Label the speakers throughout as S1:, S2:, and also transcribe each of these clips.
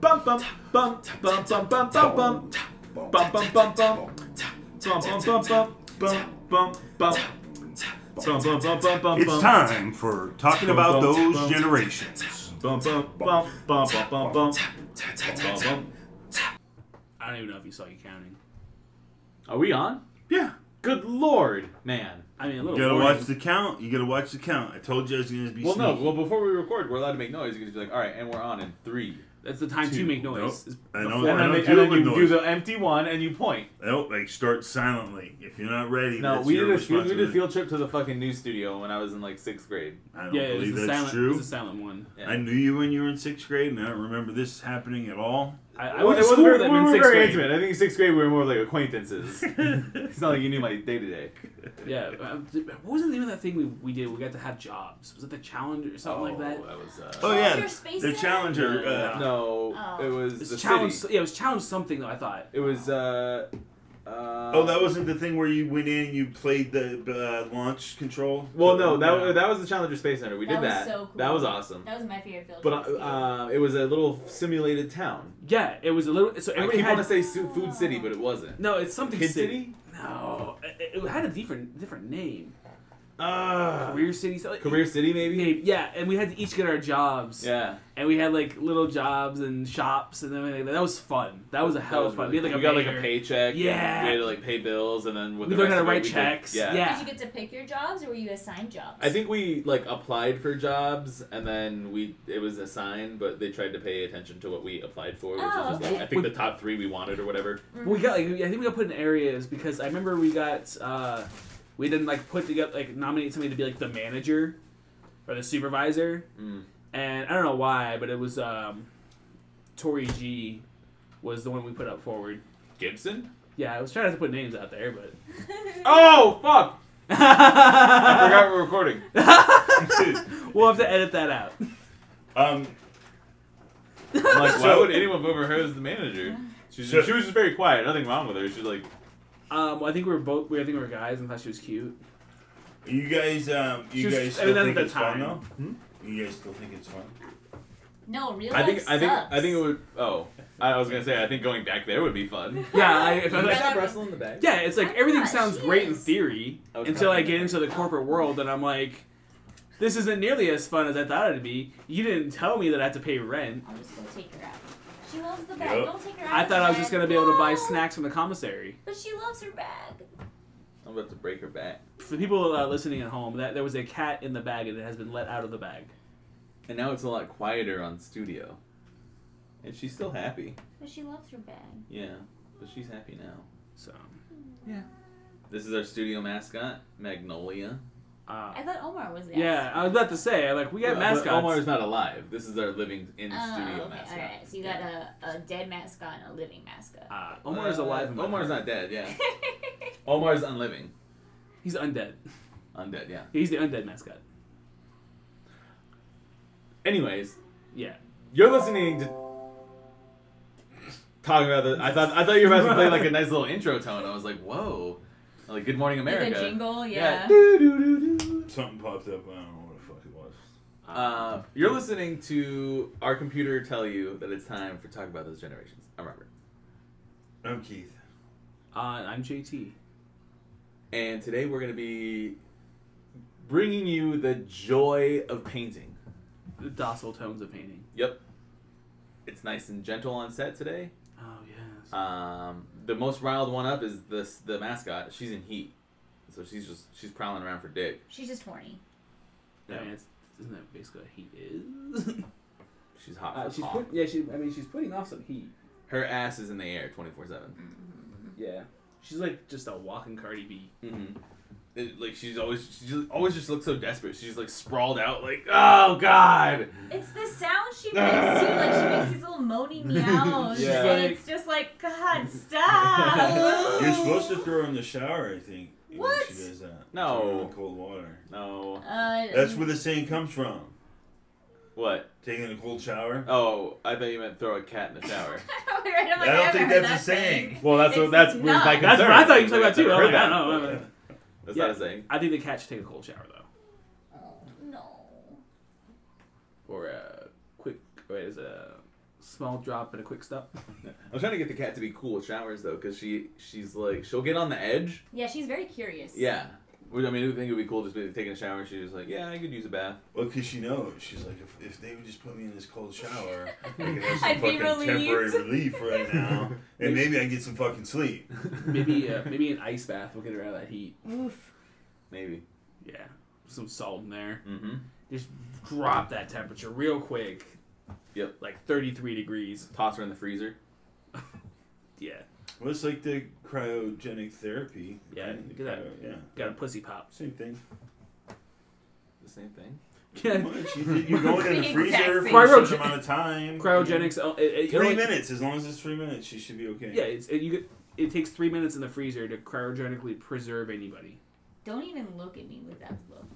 S1: bum bum bum bum bum bum bum bum bum bum bum bum bum bum bum bum bum bum bum bum bum bum bum bum
S2: It's time for talking about those generations.
S1: bum bum bum bum bum bum bum bum bum
S3: I don't even know if you saw you counting. Are we on?
S2: Yeah.
S1: good lord man
S3: I mean, a little.
S2: You gotta
S3: boring.
S2: watch the count. You gotta watch the count. I told you I was gonna be.
S4: Well, no.
S2: sneaky.
S4: Well, before we record, we're allowed to make noise. You can just be like, all right, and we're on in three.
S3: That's the time to make
S2: Nope.
S3: noise.
S2: I know.
S3: Before-
S2: I
S4: And then,
S2: know.
S4: they-
S2: Do
S4: and
S2: it
S4: then
S2: with
S4: you do
S2: noise.
S4: the empty one and you point.
S2: Nope. Like Oh, start silently. If you're not ready,
S4: No,
S2: that's
S4: we
S2: your
S4: did, a, we did a
S2: responsibility.
S4: field trip to the fucking news studio when I was in like sixth grade.
S2: I don't
S3: Yeah, it was
S2: believe
S3: the
S2: that's
S3: silent. It
S2: true.
S3: was a silent one.
S4: Yeah.
S2: I knew you when you were in sixth grade, and I don't remember this happening at all.
S3: I, I
S4: Well,
S3: went to
S4: it was
S3: school
S4: very,
S3: with them
S4: we
S3: in
S4: were
S3: sixth
S4: very
S3: grade.
S4: intimate. I think in sixth grade we were more like acquaintances. it's not like you knew my day to day.
S3: Yeah. uh, th- What was the name of that thing we, we did? We got to have jobs. Was it the challenge or something like that?
S4: was. Uh,
S2: Oh
S5: Challenger
S2: yeah,
S5: Space
S2: the
S5: Center?
S2: Challenger.
S3: Yeah.
S2: Uh,
S4: No,
S5: Oh.
S4: it
S3: It
S4: was
S3: was
S4: the
S3: challenge.
S4: city.
S3: Yeah, it was challenge something though. I thought.
S4: It was. Uh, uh,
S2: Oh, that wasn't the thing where you went in and you played the uh, launch control.
S4: Well, no, that wa- that was the Challenger Space Center. We
S5: That
S4: did
S5: was
S4: that.
S5: so cool.
S4: That was awesome.
S5: That was my favorite field
S4: But
S5: trip.
S4: uh, uh, it was a little simulated town.
S3: Yeah, it was a little. So
S4: I
S3: everybody
S4: keep
S3: had.
S4: want to say Su- Food City, but it wasn't.
S3: no, it's something
S4: Kid
S3: city.
S4: City?
S3: No, it, it had a different different name.
S4: Uh,
S3: Career City. something-
S4: Career City, maybe.
S3: Name, Yeah, and we had to each get our jobs.
S4: Yeah.
S3: And we had like little jobs and shops and everything. That was fun. That was a hell of fun. we
S4: really
S3: had
S4: cool.
S3: like a
S4: got like
S3: mayor.
S4: a paycheck.
S3: Yeah.
S4: We had to like pay bills, and then with
S3: We
S4: the
S3: learned
S4: rest
S3: how to
S4: of it,
S3: write
S4: we could-
S3: checks.
S4: yeah.
S3: Yeah.
S5: Did you get to pick your jobs or were you assigned jobs?
S4: I think we like applied for jobs, and then we it was assigned, but they tried to pay attention to what we applied for, which
S5: Oh,
S4: is just like
S5: okay.
S4: I think the top three we wanted or whatever.
S3: We got like I think we got put in areas because I remember we got uh we didn't like put together like nominate somebody to be like the manager or the supervisor.
S4: Mm.
S3: And I don't know why, but it was um Tori G was the one we put up forward.
S4: Gibson.
S3: Yeah, I was trying not to put names out there, but
S4: Oh fuck! I forgot we're recording.
S3: we'll have to edit that out.
S2: Um,
S4: I'm like, why
S2: So-
S4: would anyone vote for her as the manager? She's,
S2: So-
S4: she was just very quiet. Nothing wrong with her. She's like,
S3: Um, well, I think we were both. We, I think we were guys, and thought she was cute.
S2: you guys, um, you
S3: She was-
S2: guys
S3: I mean,
S2: still
S3: that was
S2: think
S3: the
S2: it's
S3: time.
S2: fun though?
S4: Hmm?
S2: You guys still think it's fun?
S5: no, real
S4: I think,
S5: life
S4: I think,
S5: sucks.
S4: I think it would. Oh, I was gonna say, I think going back there would be fun.
S3: Yeah, I, if I,
S5: You're
S3: like,
S5: not wrestling
S4: the back.
S3: yeah, it's like
S5: I'm
S3: everything
S5: not,
S3: sounds
S5: she
S3: great in
S5: is.
S3: theory
S4: I was
S3: until I
S4: kinda-
S3: get into the corporate world, and I'm like, this isn't nearly as fun as I thought it'd be. You didn't tell me that I had to pay rent.
S5: I'll just go take her out. She loves the bag.
S2: Yep.
S5: Don't take her out.
S3: I
S5: of
S3: thought
S5: the
S3: I was
S5: bag.
S3: just gonna be able to buy
S5: No,
S3: snacks from the commissary.
S5: But she loves her bag.
S4: I'm about to break her back.
S3: For people uh, listening at home, that there was a cat in the bag and it has been let out of the bag.
S4: And now it's a lot quieter on studio. And she's still happy.
S5: But she loves her bag.
S4: Yeah, but she's happy now.
S3: So,
S4: This is our studio mascot, Magnolia.
S3: uh,
S5: I thought Omar was there.
S3: yeah, I was about to say like we got
S4: But
S3: mascots.
S4: Omar's not alive. This is our living in
S5: Oh,
S4: studio
S5: okay,
S4: mascot.
S5: alright. So you got a, a dead mascot and a living mascot.
S3: uh, Omar's
S4: Uh,
S3: alive. in my
S4: Omar's
S3: heart.
S4: not dead. Yeah. Omar's unliving.
S3: He's undead.
S4: Undead. Yeah.
S3: He's the undead mascot.
S4: Anyways,
S3: Yeah.
S4: you're listening to. Talking about the, I thought I thought you were about to play like a nice little intro tone. I was like, whoa, like Good Morning America.
S5: With a jingle, yeah.
S4: Do, do, do, do.
S2: Something popped up. I don't know what the fuck it was.
S4: Uh, you're listening to our computer tell you that it's time for talk about those generations. I'm Robert,
S2: I'm Keith.
S3: Uh, I'm JT.
S4: and today we're gonna be bringing you the joy of painting.
S3: The docile tones of painting.
S4: Yep, it's nice and gentle on set today.
S3: Oh yes.
S4: Um, the most riled one up is this the mascot. She's in heat, so she's just she's prowling around for dick.
S5: She's just horny.
S3: I mean, it's, isn't that basically what heat is?
S4: She's hot.
S3: uh,
S4: for
S3: she's
S4: hot.
S3: put, yeah. She. I mean, she's putting off some heat.
S4: Her ass is in the air twenty four seven.
S3: Yeah. She's like just a walking Cardi B.
S4: Mm-hmm. Like she's always she just, always just looks so desperate. She's like sprawled out like oh god.
S5: It's the sound she makes too. Like she makes these little moaning meows,
S4: Yeah.
S5: and it's just like, God, stop.
S2: You're supposed to throw her in the shower, I think. when
S5: What?
S2: She does that.
S4: No.
S2: Throw her in the cold water.
S4: No.
S5: Uh,
S2: That's where the saying comes from.
S4: What?
S2: Taking a cold shower.
S4: Oh, I thought you meant throw a cat in the shower.
S5: Right, I'm like,
S2: I
S5: I've
S2: don't think
S5: heard
S2: that's a
S5: that
S2: saying.
S4: well, that's what
S5: It's
S4: that's was
S5: not.
S4: my concern.
S3: That's what I thought you were talking about too.
S4: I've
S3: I
S4: heard
S3: was like,
S4: that.
S3: no, no, no.
S4: That's
S3: Yeah.
S4: not a saying.
S3: I think the cat should take a cold shower though.
S5: Oh, no.
S3: Or a quick. Wait, is it a small drop and a quick stop.
S4: I'm trying to get the cat to be cool with showers though, because she she's like she'll get on the edge.
S5: Yeah, she's very curious.
S4: Yeah. Which I mean, I think it would be cool just be taking a shower. and She's just like, yeah, I could use a bath.
S2: Well, because she knows. She's like, if, if they would just put me in this cold shower, I could have some
S5: I'd be
S2: fucking temporary
S5: relieved.
S2: relief right now. And maybe I can get some fucking sleep.
S3: Maybe uh, maybe an ice bath will get her out of that heat.
S5: Oof.
S4: Maybe.
S3: Yeah, some salt in there.
S4: Mm-hmm.
S3: Just drop that temperature real quick.
S4: Yep.
S3: Like 33 degrees.
S4: Toss her in the freezer.
S3: Yeah.
S2: Well, it's like the cryogenic therapy.
S3: Yeah,
S2: Right? The
S3: look at
S2: cryo- Yeah.
S3: Got a pussy pop.
S2: Same thing.
S4: The same thing.
S2: Pretty much. You, you go in the
S5: Exact
S2: freezer
S5: same.
S2: for a
S3: Cryogen-
S2: certain amount of time.
S3: Cryogenics. uh, It, it,
S2: Three
S3: it-
S2: minutes. As long as it's three minutes, she should be okay.
S3: Yeah, it's, it, you get, it takes three minutes in the freezer to cryogenically preserve anybody.
S5: Don't even look at me with that look.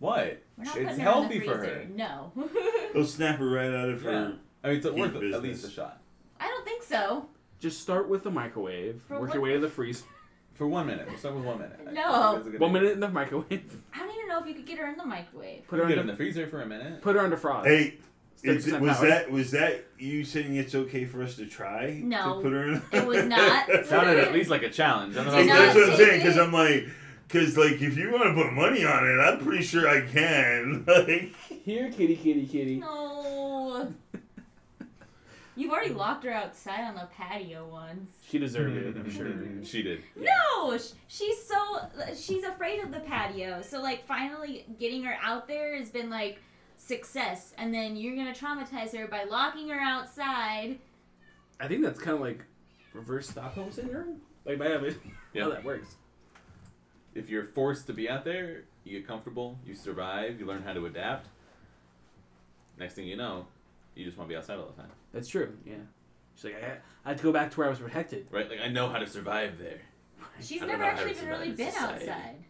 S4: What?
S5: We're not
S4: it's
S5: putting
S4: healthy
S5: her in the
S4: for
S5: freezer.
S4: her.
S5: No.
S2: They'll snap her right out of her.
S4: I mean, it's
S2: Heat
S4: worth at
S2: business.
S4: least a shot
S5: I don't think so.
S3: Just start with the microwave,
S5: For
S3: work
S5: what-
S3: your way to the freezer.
S4: for one minute. We'll start with one minute. I think
S5: No.
S4: that's a good
S3: One
S4: idea.
S3: minute in the microwave.
S5: I don't even know if you could get her in the microwave.
S3: Put her
S4: You get in
S3: under.
S4: the freezer for a minute.
S3: Put her under frost.
S2: Hey,
S3: It's
S2: is,
S3: 30%
S2: was
S3: power.
S2: that was that you saying it's okay for us to try?
S5: No,
S2: to put her in?
S5: it was not.
S4: Sounded at least like a challenge. I don't know
S2: Like,
S4: if
S5: No,
S2: that's what I'm
S5: it's-
S2: saying because I'm like, because like if you want to put money on it, I'm pretty sure I can. Like,
S3: Here, kitty, kitty, kitty.
S5: No. You've already locked her outside on the patio once.
S3: She deserved it, I'm sure.
S4: Mm-hmm. she did.
S5: No, sh- she's so she's afraid of the patio. So like finally getting her out there has been like success, and then you're gonna traumatize her by locking her outside.
S3: I think that's kind of like reverse Stockholm syndrome. Like, by how
S4: Yeah.
S3: that works.
S4: If you're forced to be out there, you get comfortable, you survive, you learn how to adapt. Next thing you know, you just want to be outside all the time,
S3: That's true. Yeah. She's like, I, I had to go back to where I was protected.
S4: right? Like I know how to survive there.
S5: She's
S4: I don't
S5: never
S4: know how
S5: actually
S4: to
S5: even really
S4: survive
S5: been
S4: in society.
S5: outside.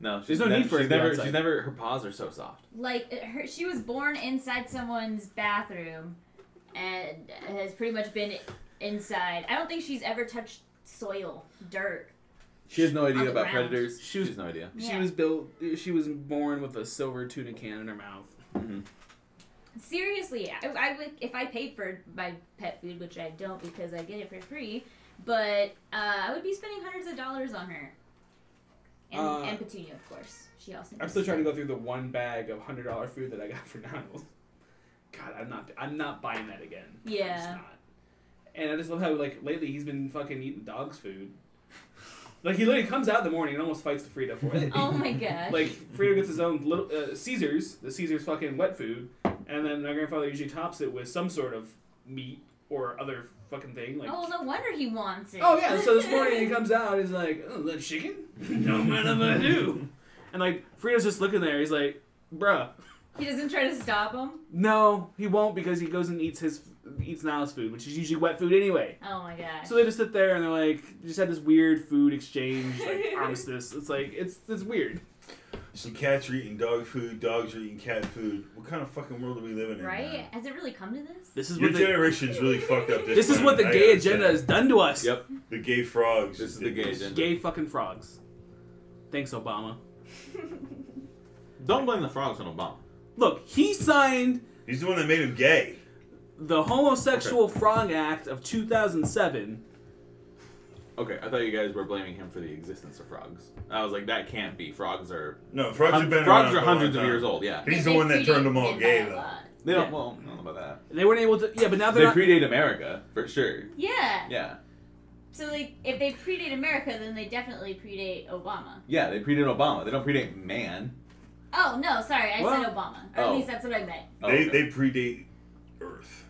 S4: No, she's
S3: There's no
S4: never,
S3: need for it to
S4: she's
S3: be
S4: never.
S3: outside.
S4: She's never. Her paws are so soft.
S5: Like it- her, she was born inside someone's bathroom, and has pretty much been inside. I don't think she's ever touched soil, dirt.
S4: She has no
S5: On
S4: idea
S5: the
S4: about
S5: ground.
S4: predators.
S3: She
S4: She
S3: was-
S4: has no idea.
S3: She
S5: Yeah.
S3: was built. She was born with a silver tuna can in her mouth.
S5: Seriously, I, I would if I paid for my pet food, which I don't because I get it for free. But uh, I would be spending hundreds of dollars on her, and,
S3: Uh,
S5: and Petunia, of course. She also.
S3: I'm still trying to go through the one bag of hundred dollar food that I got for Niles. God, I'm not. I'm not buying that again. I'm just
S5: Yeah.
S3: not. And I just love how like lately he's been fucking eating dog's food. Like he literally comes out in the morning and almost fights the Frida for it.
S5: Oh my gosh!
S3: Like Frida gets his own little uh, Caesar's, the Caesar's fucking wet food, and then my grandfather usually tops it with some sort of meat or other fucking thing like.
S5: oh, no wonder he wants it.
S3: Oh yeah, so this morning he comes out, he's like, oh, that chicken? No man of I do. And like Frida's just looking there, he's like, bruh.
S5: he doesn't try to stop him.
S3: No, he won't because he goes and eats his eats Niles food, which is usually wet food anyway.
S5: Oh my gosh!
S3: So they just sit there and they're like, just had this weird food exchange, like armistice. It's like it's it's weird.
S2: so cats are eating dog food. Dogs are eating cat food. What kind of fucking world are we living in?
S5: right?
S2: now?
S5: Has it really come to this?
S3: This is
S2: Your
S3: what the,
S2: generation's really fucked up. This,
S3: this is
S2: time,
S3: what the
S2: I
S3: gay
S2: gotta say.
S3: agenda has done to us.
S4: Yep.
S2: The gay frogs.
S4: This is the
S2: did
S4: gay
S2: this.
S4: agenda.
S3: Gay fucking frogs. Thanks, Obama.
S4: Don't blame the frogs on Obama.
S3: Look, he signed
S2: He's the one that made him gay.
S3: the Homosexual Frog Act of 2007.
S4: Okay, I thought you guys were blaming him for the existence of frogs. I was like, that can't be. Frogs are
S2: No, frogs have been
S4: frogs
S2: around for
S4: are
S2: a long
S4: hundreds of
S2: time.
S4: years old. Yeah,
S2: He's
S5: They-
S2: the one that
S5: they
S2: turned them all
S5: predate
S2: gay,
S5: him by a
S2: though.
S5: lot.
S4: they don't.
S3: Yeah.
S4: Well, I don't know about
S3: They weren't able to. Yeah, but now
S4: that.
S3: they're
S4: They
S3: not.
S4: predate America for sure.
S5: Yeah.
S4: Yeah,
S5: So like, if they predate America, then they definitely predate Obama.
S4: yeah. They predate Obama. They don't predate man.
S5: Oh no, sorry, I
S3: Well-
S5: said Obama. Or at
S4: Oh.
S5: least that's what I meant.
S4: Oh,
S2: They
S4: okay.
S2: they predate Earth.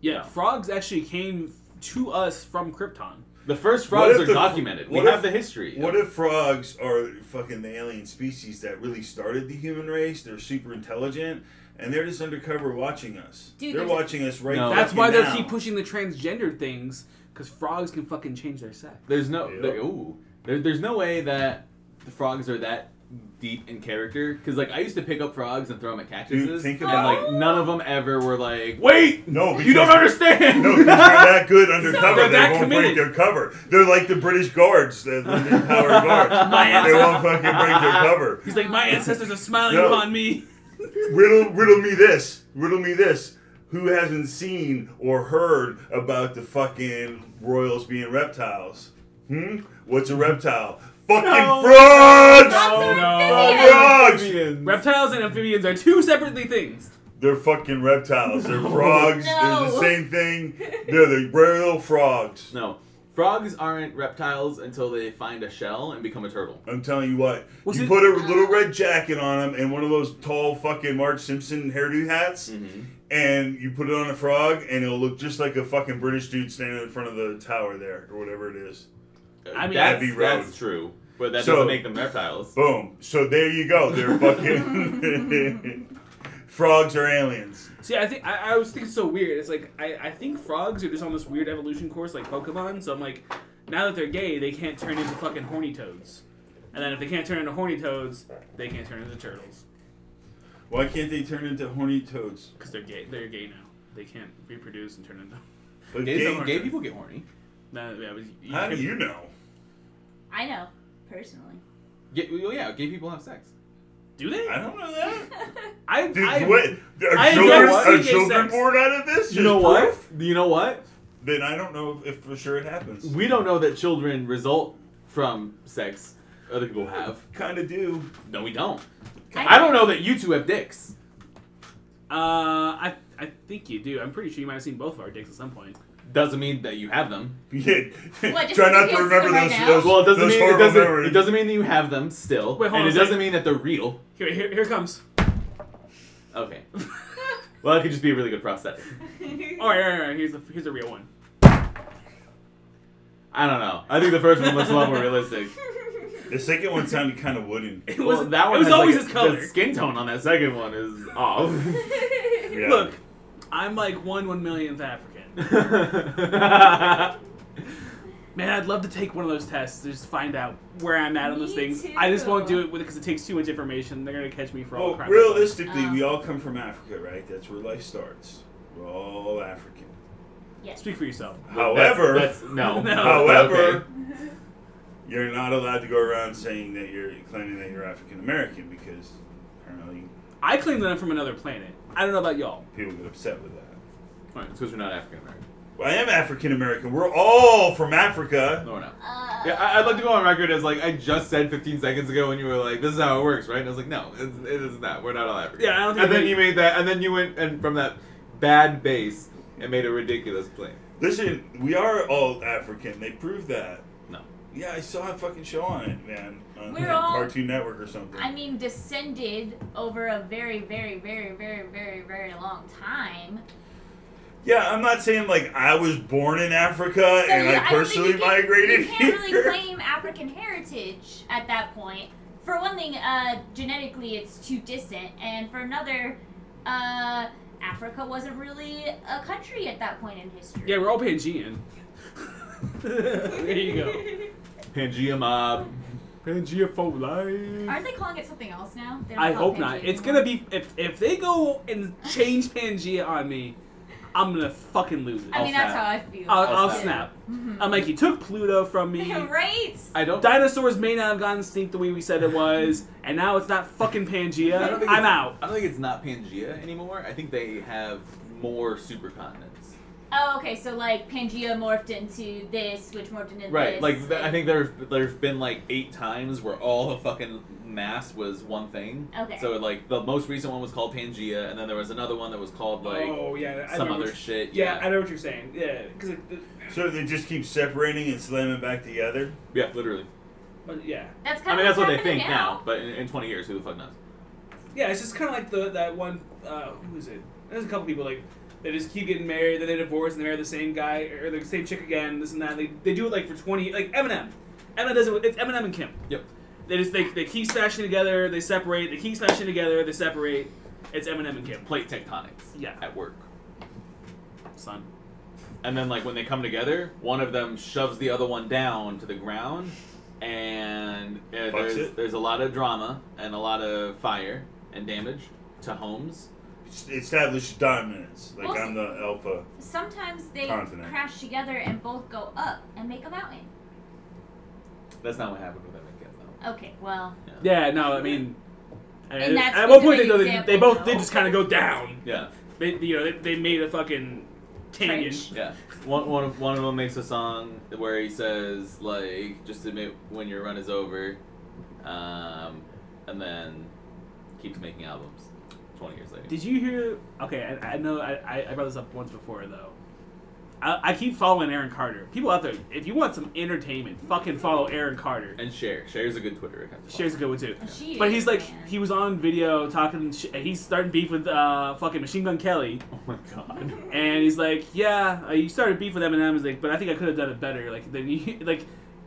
S3: yeah, frogs actually came to us from Krypton.
S4: the first
S2: What
S4: frogs
S2: if
S4: are
S2: the-
S4: documented. We
S2: what if-
S4: have the history.
S2: What if frogs are fucking the alien species that really started the human race? They're super intelligent and they're just undercover watching us.
S5: Dude,
S2: they're
S5: there's a-
S2: watching us right
S4: No.
S2: now.
S3: That's why they
S2: now.
S3: keep pushing the transgender things because frogs can fucking change their sex.
S4: There's no.
S2: Yep.
S4: There, ooh, there, there's no way that the frogs are that deep in character. Because like I used to pick up frogs and throw them at cactuses,
S2: Dude, think
S4: and
S2: about-
S5: Oh.
S4: like none of them ever were like, wait,
S2: No, because,
S4: you don't understand.
S2: No, because they're that good
S3: They're
S2: undercover. they
S3: that
S2: won't
S3: committed.
S2: break their cover. They're like the British guards, the London Tower guards.
S3: My ass
S2: they
S3: off.
S2: won't fucking break their cover.
S3: He's like, my ancestors are smiling
S2: No.
S3: upon me.
S2: Riddle, riddle me this. Riddle me this. who hasn't seen or heard about the fucking royals being reptiles? Hmm? What's a reptile? Fucking
S1: No.
S2: frogs!
S5: No,
S2: Oh, no.
S1: Amphibians.
S3: Reptiles and amphibians are two separate things.
S2: They're fucking reptiles. They're frogs. They're the
S5: No.
S2: same thing. They're the royal frogs.
S4: No. Frogs aren't reptiles until they find a shell and become a turtle.
S2: I'm telling you what.
S3: Was
S2: you
S3: it-
S2: put a little red jacket on him and one of those tall fucking Marge Simpson hairdo hats,
S4: Mm-hmm.
S2: and you put it on a frog, and it'll look just like a fucking British dude standing in front of the tower there, or whatever it is.
S3: I mean,
S2: That'd
S4: that's,
S2: be rogue.
S4: that's true, but that
S2: So-
S4: doesn't make them reptiles.
S2: Boom. So there you go. They're fucking. frogs are aliens.
S3: See, I think I, I was thinking it's so weird. It's like I, I think frogs are just on this weird evolution course like Pokemon. So I'm like, now that they're gay, they can't turn into fucking horny toads. And then if they can't turn into horny toads, they can't turn into turtles
S2: Why can't they turn into horny toads?
S3: because they're gay. They're gay now. They can't reproduce and turn into.
S2: Like,
S4: Gay,
S2: gay-
S3: don't-
S4: gay people get horny.
S3: No, that was you
S2: how do
S3: could-
S2: you know?
S5: I know, personally.
S4: Ga- well, yeah, gay people have sex.
S3: Do they?
S2: I don't know that.
S3: I,
S2: Dude,
S3: I uh,
S2: what? Are
S3: I have
S2: children,
S3: never
S2: are
S3: seen gay
S2: children
S3: sex.
S2: born out of this? Just proof?
S4: You know what?
S2: Then I don't know if for sure it happens.
S4: We don't know that children result from sex other people have.
S2: kind of do.
S4: No, we don't.
S5: I-
S4: I don't know that you two have dicks.
S3: Uh, I I think you do. I'm pretty sure you might have seen both of our dicks at some point.
S4: Doesn't mean that you have them.
S2: Yeah.
S5: What, just
S2: Try not to
S5: because you
S2: remember
S5: right
S2: those.
S5: now?
S2: those
S4: Well, it doesn't
S2: those
S4: mean it
S2: horrible
S4: doesn't,
S2: memories.
S4: it doesn't mean that you have them still,
S3: Wait, hold
S4: and
S3: on
S4: it
S3: a
S4: doesn't
S3: sec.
S4: mean that they're real.
S3: Here, here, here it comes.
S4: Okay. Well, that could just be a really good prosthetic.
S3: All right, all right, all right. Here's the here's the real one.
S4: I don't know. I think the first one looks a lot more realistic.
S2: The second one sounded kind of wooden.
S3: It
S4: Well,
S3: was
S4: that one
S3: It was
S4: has, like,
S3: always
S4: a-
S3: his color.
S4: The skin tone on that second one is off.
S2: Yeah.
S3: Look, I'm like one one millionth African. Man, I'd love to take one of those tests to just find out where I'm at on
S5: Me
S3: those things.
S5: too.
S3: I just won't do it because it takes too much information. They're gonna catch me for all
S2: Well,
S3: crap.
S2: realistically,
S5: Um,
S2: we all come from Africa, right? That's where life starts. We're all African.
S5: Yes.
S3: Speak for yourself.
S2: However,
S4: that's, that's- no.
S3: No.
S2: however,
S4: Okay.
S2: you're not allowed to go around saying that you're claiming that you're African American because apparently
S3: I claim that I'm from another planet. I don't know about y'all.
S2: people get upset with that.
S4: Alright, it's because we're not African American.
S2: Well, I am African American. We're all from Africa.
S4: No, we're not.
S5: Uh,
S4: Yeah, I, I'd like to go on record as like I just said 15 seconds ago, and you were like, "This is how it works," right? And I was like, "No, it's, it is not. We're not all African."
S3: Yeah, I don't think
S4: And then
S3: we-
S4: you made that, and then you went and from that bad base and made a ridiculous claim.
S2: Listen, we are all African. They prove that.
S4: No.
S2: Yeah, I saw a fucking show on it, man. On
S5: We're
S2: like,
S5: all-
S2: Cartoon Network or something.
S5: I mean, descended over a very, very, very, very, very, very long time.
S2: yeah, I'm not saying like I was born in Africa
S5: So
S2: and I
S5: you- don't
S2: personally
S5: think you can-
S2: migrated
S5: You can't
S2: here.
S5: really claim African heritage at that point. For one thing, uh, genetically it's too distant, and for another, uh, Africa wasn't really a country at that point in history.
S3: Yeah, we're all Pangean. there you go.
S4: Pangea mob.
S3: Pangea for life.
S5: Aren't they calling it something else now? They don't
S3: I
S5: call it
S3: hope not.
S5: Pangea
S3: It's
S5: anymore.
S3: gonna be if if they go and change Pangea on me, I'm gonna fucking lose it.
S5: I
S3: I'll,
S5: mean,
S4: I'll
S5: that's
S4: snap.
S5: how I feel.
S3: I'll,
S4: I'll
S3: snap.
S4: snap.
S5: Mhm.
S3: I'm like, you took Pluto from me.
S5: right?
S4: I don't.
S3: Dinosaurs may not have gone extinct the way we said it was, and now it's not fucking
S4: I
S3: Pangea.
S4: don't think
S3: I'm
S4: it's-
S3: out.
S4: I don't think it's not Pangea anymore. I think they have more supercontinents.
S5: Oh, okay. So like Pangea morphed into this, which morphed into
S4: Right.
S5: this.
S4: Like th- I think there there's been like eight times where all the fucking mass was one thing.
S5: Okay.
S4: So like the most recent one was called Pangea, and then there was another one that was called like
S3: oh yeah, I
S4: some
S3: know
S4: other
S3: what-
S4: shit.
S3: Yeah, I know what you're saying. Yeah, because
S2: so they just keep separating and slamming back together.
S4: Yeah, literally.
S3: yeah,
S5: that's kind
S4: I
S5: of
S4: mean, that's what they think now, but in, in 20 years, who the fuck knows?
S3: yeah. It's just kind of like the that one. Uh, who is it? There's a couple people like they just keep getting married, then they divorce, and they marry the same guy or the same chick again. This and that. They, they do it like for 20. Like Eminem. Eminem does it. With, it's Eminem and Kim.
S4: Yep.
S3: They just they, they keep smashing together. They separate. They keep smashing together. They separate. It's Eminem and Kim.
S4: Plate tectonics
S3: Yeah,
S4: at work.
S3: son.
S4: And then, like, when they come together, one of them shoves the other one down to the ground, and uh, there's,
S2: it.
S4: there's a lot of drama and a lot of fire and damage to homes.
S2: S- Establish dominance. Like
S5: Well,
S2: I'm the alpha.
S5: Sometimes they
S2: Continent.
S5: crash together and both go up and make a mountain.
S4: That's not what happened with them and Kim, though.
S5: Okay, well,
S3: Yeah, no, I mean,
S5: In that
S3: at one point they,
S5: specific
S3: they, they
S5: example,
S3: both did
S5: no.
S3: just kind of go down.
S4: Yeah.
S3: They you know they, they made a fucking canyon.
S5: Trench.
S4: Yeah. One, one, of, one of them makes a song where he says, like, just admit when your run is over, um, and then keeps making albums 20 years later.
S3: Did you hear? Okay, I, I know I, I- I brought this up once before though. I, I keep following Aaron Carter. People out there, if you want some entertainment, fucking follow Aaron Carter.
S4: And Cher. Cher's a good Twitter account. to follow.
S3: Shares a good one too.
S5: And she
S3: But
S5: is,
S3: he's like,
S5: man.
S3: he was on video talking. Sh- and he's starting beef with uh fucking Machine Gun Kelly,
S4: Oh my god.
S3: and he's like, yeah, uh, you started beef with Eminem. He's like, but I think I could have done it better. Like then you like.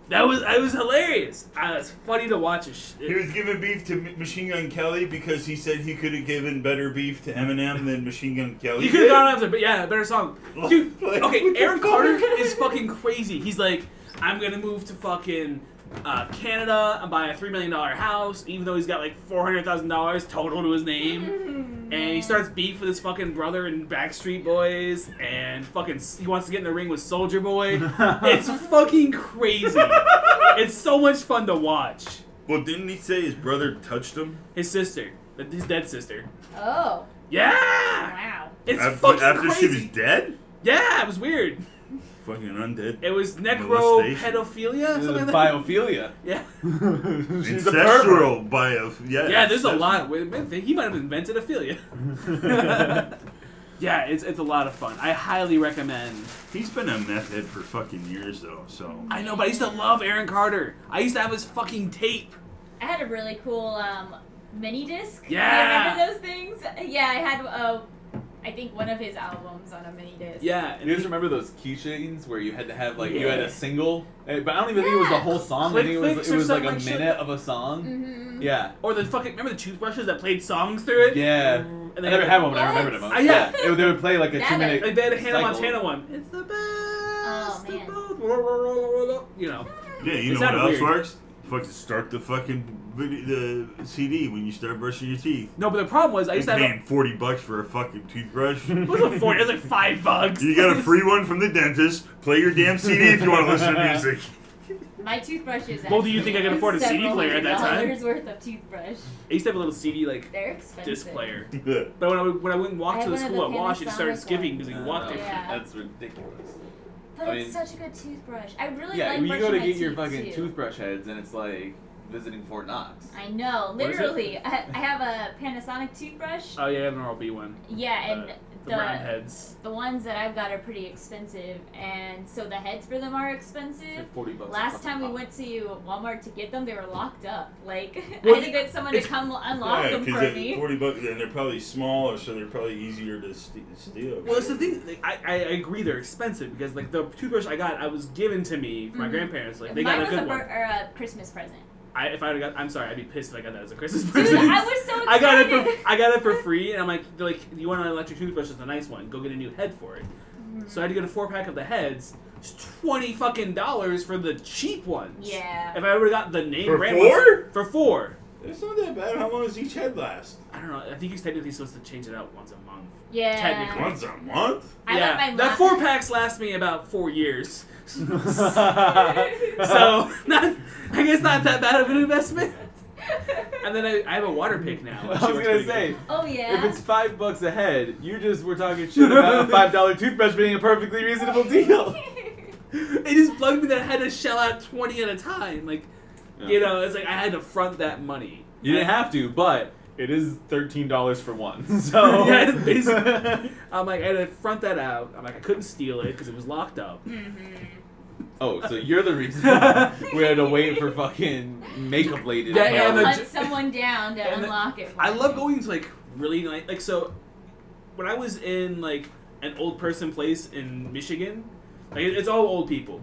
S3: That was I was hilarious. Uh, it's funny to watch. His
S2: He was giving beef to M- Machine Gun Kelly because he said he could have given better beef to Eminem than Machine Gun Kelly.
S3: You could have
S2: did.
S3: gone after, but yeah, better song, dude.
S2: Like,
S3: Okay,
S2: what the
S3: Aaron Carter
S2: fuck?
S3: is fucking crazy. He's like, I'm gonna move to fucking uh, Canada and buy a three million dollar house, even though he's got like four hundred thousand dollars total to his name. And he starts beef with his fucking brother and Backstreet Boys, and fucking s- he wants to get in the ring with Soldier Boy. it's fucking crazy. it's so much fun to watch.
S2: Well, didn't he say his brother touched him
S3: His sister, his dead sister.
S5: Oh,
S3: Yeah,
S5: wow.
S3: it's
S2: Af-
S3: fucking
S2: after
S3: crazy.
S2: she was dead?
S3: yeah, it was weird.
S2: Fucking undead.
S3: It was necro
S2: Molestation.
S3: pedophilia,
S4: This is
S3: something like that.
S4: biophilia.
S3: Yeah,
S4: She's a pervert.
S2: Ancestral bio. Yeah.
S3: yeah. There's a lot. Wait, man, He might have invented aphilia. yeah, it's it's a lot of fun. I highly recommend.
S2: He's been a meth head for fucking years though. So
S3: I know, but I used to love Aaron Carter. I used to have his fucking tape.
S5: I had a really cool um, mini disc.
S3: Yeah.
S5: You remember those things? Yeah, I had, uh, I think, one of his albums on a mini disc.
S3: Yeah, and
S4: You guys remember those keychains where you had to have like you had
S3: Yeah.
S4: a single, eh, but I don't even think it was the
S5: Yeah.
S4: whole song.
S3: Click
S4: I think it
S3: Fix
S4: was
S3: or
S4: it was like
S3: something
S4: a
S3: like Mm-hmm. shit.
S4: minute of a song.
S5: hmm
S4: Yeah,
S3: or the fucking remember the toothbrushes that played songs through it.
S4: yeah.
S3: And
S4: I
S3: they
S4: never
S3: had-
S4: had one, but I
S5: What?
S4: remembered them.
S3: Ah, yeah.
S4: It- they would play like a
S5: Yeah,
S4: two minute.
S3: Like they had a Hannah
S4: cycle.
S3: Montana one. It's the best. Oh
S5: man.
S3: You know.
S2: yeah, you
S3: It's
S2: know what
S3: not
S2: else
S3: weird.
S2: works? Fucking start the fucking video, the CD when you start brushing your teeth.
S3: No, but the problem was I
S2: You're
S3: used to have.
S2: paying
S3: A,
S2: forty bucks for a fucking toothbrush.
S3: it was a four. It was like five bucks.
S2: You got a free one from the dentist. Play your damn CD if you want to listen to music.
S5: My toothbrushes.
S3: Well, do you think I could afford a CD
S5: several
S3: player at that
S5: hundred
S3: time?
S5: dollars worth of toothbrush.
S3: I used to have a little CD like
S5: They're expensive.
S3: disc player.
S2: Yeah.
S3: But when I would, when I wouldn't
S5: I
S3: walk
S5: had
S3: to the
S5: one of
S3: school at
S5: the
S3: Wash, it started
S5: Panasonic
S3: skipping
S5: ones.
S3: because you
S4: Uh,
S3: walked
S5: it.
S3: there.
S5: Yeah.
S4: That's ridiculous.
S5: But
S4: I
S5: it's
S4: mean-
S5: such a good toothbrush. I really
S4: yeah,
S5: like
S4: when you go
S5: brushing
S4: to
S5: my
S4: get your
S5: teeth,
S4: fucking
S5: too.
S4: toothbrush heads, and it's like visiting Fort Knox.
S5: I know,
S4: What is it?
S5: literally. I, I have a Panasonic toothbrush.
S3: Oh yeah, I have an Oral B one.
S5: yeah, and
S3: uh, The,
S5: the
S3: round heads.
S5: the ones that I've got are pretty expensive, and so the heads for them are
S4: It's
S5: expensive.
S4: like forty bucks. a
S5: Last
S4: fucking
S5: time we
S4: pop.
S5: went to Walmart to get them, they were locked up. Like
S3: Well,
S5: I had to get someone to
S3: it's-
S5: come unlock them for
S2: they're
S5: me.
S2: forty bucks, and they're probably smaller, so they're probably easier to st- steal.
S3: Well, that's the thing. Like, I, I agree they're expensive because like the toothbrush I got, I was given to me from my
S5: Mhm.
S3: grandparents. Like they
S5: Mine
S3: got a
S5: was
S3: good
S5: a,
S3: one.
S5: bir- or a Christmas present.
S3: I, if I would have got, I'm sorry, I'd be pissed if I got that as a Christmas
S5: Dude,
S3: present.
S5: I was so
S3: I
S5: excited.
S3: got it for I got it for free, and I'm like, they're like, you want an electric toothbrush? It's a nice one. Go get a new head for it.
S5: Mm-hmm.
S3: So I had to get a four pack of the heads. It's twenty fucking dollars for the cheap ones.
S5: Yeah.
S3: If I would have got the name
S2: For
S3: brand
S2: four?
S3: ones- for four.
S2: it's not that bad. How long does each head last?
S3: I don't know. I think you're technically supposed to change it out once a month.
S5: Yeah.
S3: Technically.
S2: Once a month.
S5: I
S3: yeah,
S5: let my
S3: that
S5: mom-
S3: four packs last me about four years. so not, I guess not that bad of an investment. And then I, I have a water pick now.
S4: I was gonna say,
S5: oh
S4: if
S5: yeah.
S4: it's five bucks a head, you just were talking shit about a five dollar toothbrush being a perfectly reasonable deal.
S3: it just bugged me that I had to shell out twenty at a time. Like, you know, it's like I had to front that money.
S4: You didn't have to, but it is thirteen dollars for one. So
S3: Yeah, basically. I'm like, I had to front that out. I'm like, I couldn't steal it because it was locked up.
S4: oh, so you're the reason we had to wait for fucking makeup lady. to
S3: Yeah,
S4: come
S3: yeah,
S4: over.
S3: the-
S5: Hunt someone down to
S3: And the-
S5: unlock it. for
S3: I love
S5: me.
S3: going to like really nice like so when I was in like an old person place in Michigan, like it- it's all old people.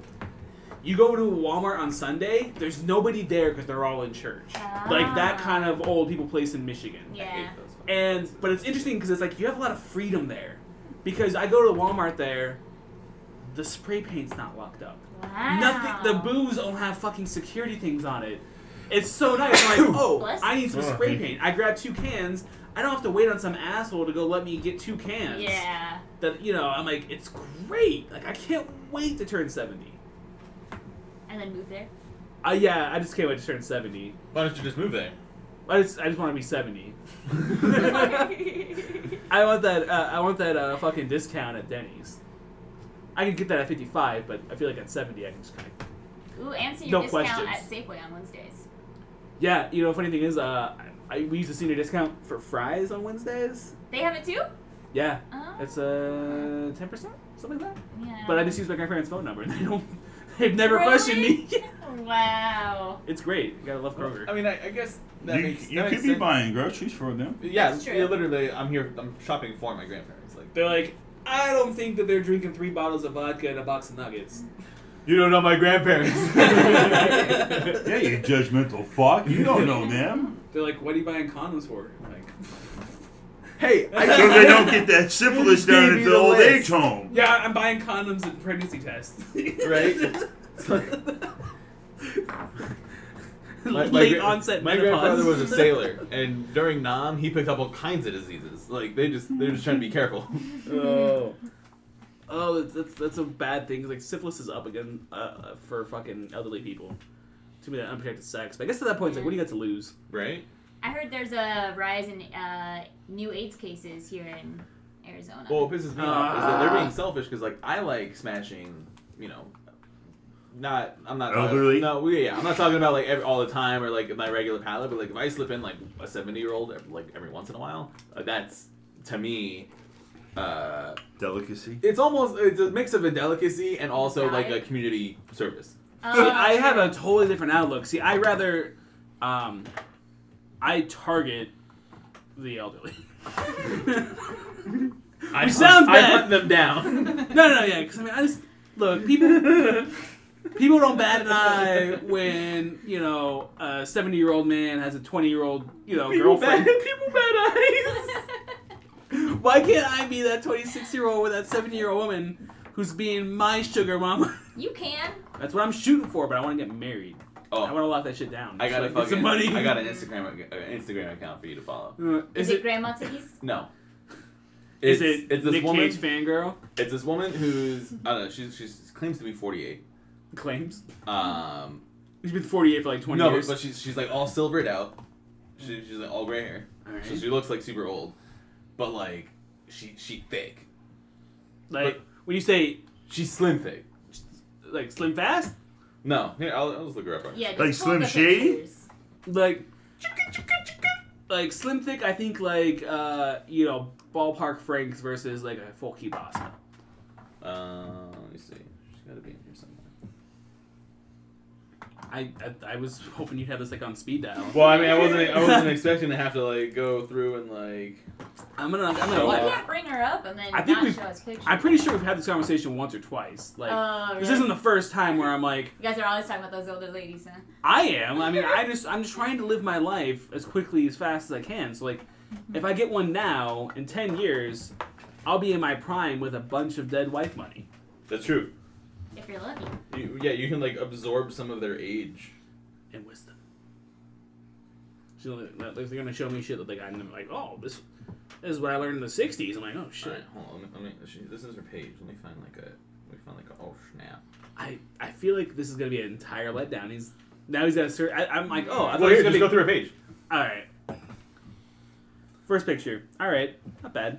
S3: You go to Walmart on Sunday, there's nobody there because they're all in church. Like that kind of old people place in Michigan.
S4: I hate
S5: Ah. Yeah.
S4: those fucking
S3: And but it's interesting because it's like you have a lot of freedom there, because I go to Walmart there, the spray paint's not locked up.
S5: Wow.
S3: Nothing. The booths don't have fucking security things on it. It's so nice. I'm like, oh,
S5: Bless
S3: I need some
S2: you.
S3: spray paint. I grab two cans. I don't have to wait on some asshole to go let me get two cans.
S5: Yeah.
S3: That you know, I'm like, it's great. Like I can't wait to turn seventy.
S5: And then move there.
S3: Uh, yeah, I just can't wait to turn seventy.
S4: Why don't you just move there?
S3: I just, I just want to be seventy.
S5: That's
S3: I want that. Uh, I want that uh, fucking discount at Denny's. I can get that at fifty-five, but I feel like at seventy, I can just kind of.
S5: Ooh, and senior
S3: No
S5: discount
S3: questions.
S5: at Safeway on Wednesdays.
S3: Yeah, you know, funny thing is, uh, I, we used to senior discount for fries on Wednesdays.
S5: They have it too?
S3: Yeah,
S5: Oh.
S3: it's uh ten percent, something like that.
S5: yeah.
S3: But I just used my grandparents' phone number, and they don't. They've never
S5: Really?
S3: questioned me.
S5: Wow.
S3: It's great. You gotta love Kroger.
S4: I mean, I, I guess that
S2: you
S4: makes
S2: you
S4: that
S2: could
S4: makes
S2: be
S4: sense.
S2: buying groceries for them.
S4: Yeah,
S5: That's true.
S4: yeah, literally, I'm here. I'm shopping for my grandparents. Like,
S3: They're like, I don't think that they're drinking three bottles of vodka and a box of nuggets.
S4: you don't know my grandparents. yeah,
S2: Yeah, you judgmental fuck. You don't know them.
S3: They're like, what are you buying condoms for? I'm like, hey, I
S2: So they don't get that syphilis down
S4: Give
S2: at
S4: me
S2: the
S4: the
S2: old age
S4: list.
S2: home.
S3: Yeah, I'm buying condoms and pregnancy tests.
S4: Right?
S3: Late
S4: gra-
S3: onset
S4: My
S3: menopause.
S4: grandfather was a sailor, and during Nam, he picked up all kinds of diseases. Like they just they're just trying to be careful.
S3: oh. Oh, that's, that's that's a bad thing. 'cause, Like syphilis is up again uh, for fucking elderly people. Too many unprotected sex. But I guess at that point, it's like, what do you got to lose?
S4: Right?
S5: I heard there's a rise in uh, new AIDS cases here in Arizona.
S4: Well, what pisses me off is that they're
S3: Ah.
S4: being selfish because like I like smashing, you know, not
S3: Oh,
S4: I'm not talking-
S2: Elderly?
S4: no, we, yeah, I'm not talking about like every, all the time or like my regular palate, but like if I slip in like a 70 year old like every once in a while, uh, that's to me. Uh,
S2: Delicacy.
S4: it's almost it's a mix of a delicacy and also like a
S5: Diet.
S4: community service.
S5: Uh,
S3: See, I have a totally different outlook. See, I rather, um, I target the elderly.
S4: I
S3: Which sounds
S4: I
S3: bad.
S4: hunt them down.
S3: No, no, yeah. Because I mean, I just look people. people don't bat an eye when you know a seventy-year-old man has a twenty-year-old you know girlfriend.
S4: people bad
S3: Why can't I be that twenty-six-year-old with that seventy-year-old woman who's being my sugar mama?
S5: you can.
S3: That's what I'm shooting for, but I want to get married. I
S4: Oh,
S3: want to lock that shit down.
S4: I got a
S3: So get
S4: fucking.
S3: some money.
S4: I got an Instagram ac- uh, Instagram account for you to follow.
S3: Uh,
S5: Is, it, grandma titties?
S4: No.
S3: Is
S4: It's,
S3: it
S4: it's this
S3: Nick
S4: woman?
S3: Cage fangirl
S4: It's this woman who's I don't know. She's she claims to be 48.
S3: claims?
S4: Um,
S3: He's been 48 for like 20
S4: no,
S3: years.
S4: but she's she's like all silvered out. She, she's like all gray hair,
S3: Alright.
S4: so she looks like super old, but like she she thick.
S3: like when you say
S4: She's slim thick.
S3: like slim fast,
S4: No, here I'll, I'll just look her up. Right
S5: Yeah. Just
S2: Like
S5: pull
S2: Slim
S5: the
S2: Shady?
S5: pictures.
S3: like like slim thick, I think like uh you know ballpark Franks versus like a full key boss.
S4: Uh, let me see. She's got to be in here somewhere.
S3: I, I I was hoping you'd have this like on speed dial.
S4: Well, I mean, I wasn't I wasn't expecting to have to like go through and like.
S3: I'm gonna I'm gonna
S4: Oh,
S5: You
S4: wow.
S3: like,
S5: can't bring her up and then
S3: I think
S5: not
S3: we've-
S5: show us pictures.
S3: I'm pretty sure we've had this conversation once or twice. Like
S5: Oh,
S3: this
S5: really?
S3: isn't the first time where I'm like
S5: You guys are always talking about those older ladies, huh?
S3: I am. I mean, I just I'm just trying to live my life as quickly as fast as I can. So like, if I get one now, in ten years, I'll be in my prime with a bunch of dead wife money.
S4: That's true.
S5: If you're lucky.
S4: You, yeah, you can like absorb some of their age.
S3: and wisdom. So like, they're gonna show me shit that like I'm like, oh, this, this is what I learned in the '60s. I'm like, oh shit,
S4: All right, hold on. Let me. Let me she, this is her page. Let me find like a. Let me find like a. Oh snap.
S3: I I feel like this is gonna be an entire letdown. He's now he's gonna search. I, I'm like, oh, I thought
S4: Well,
S3: he
S4: here,
S3: was
S4: just
S3: gonna
S4: go
S3: be
S4: through her page.
S3: all right. First picture. All right, not bad.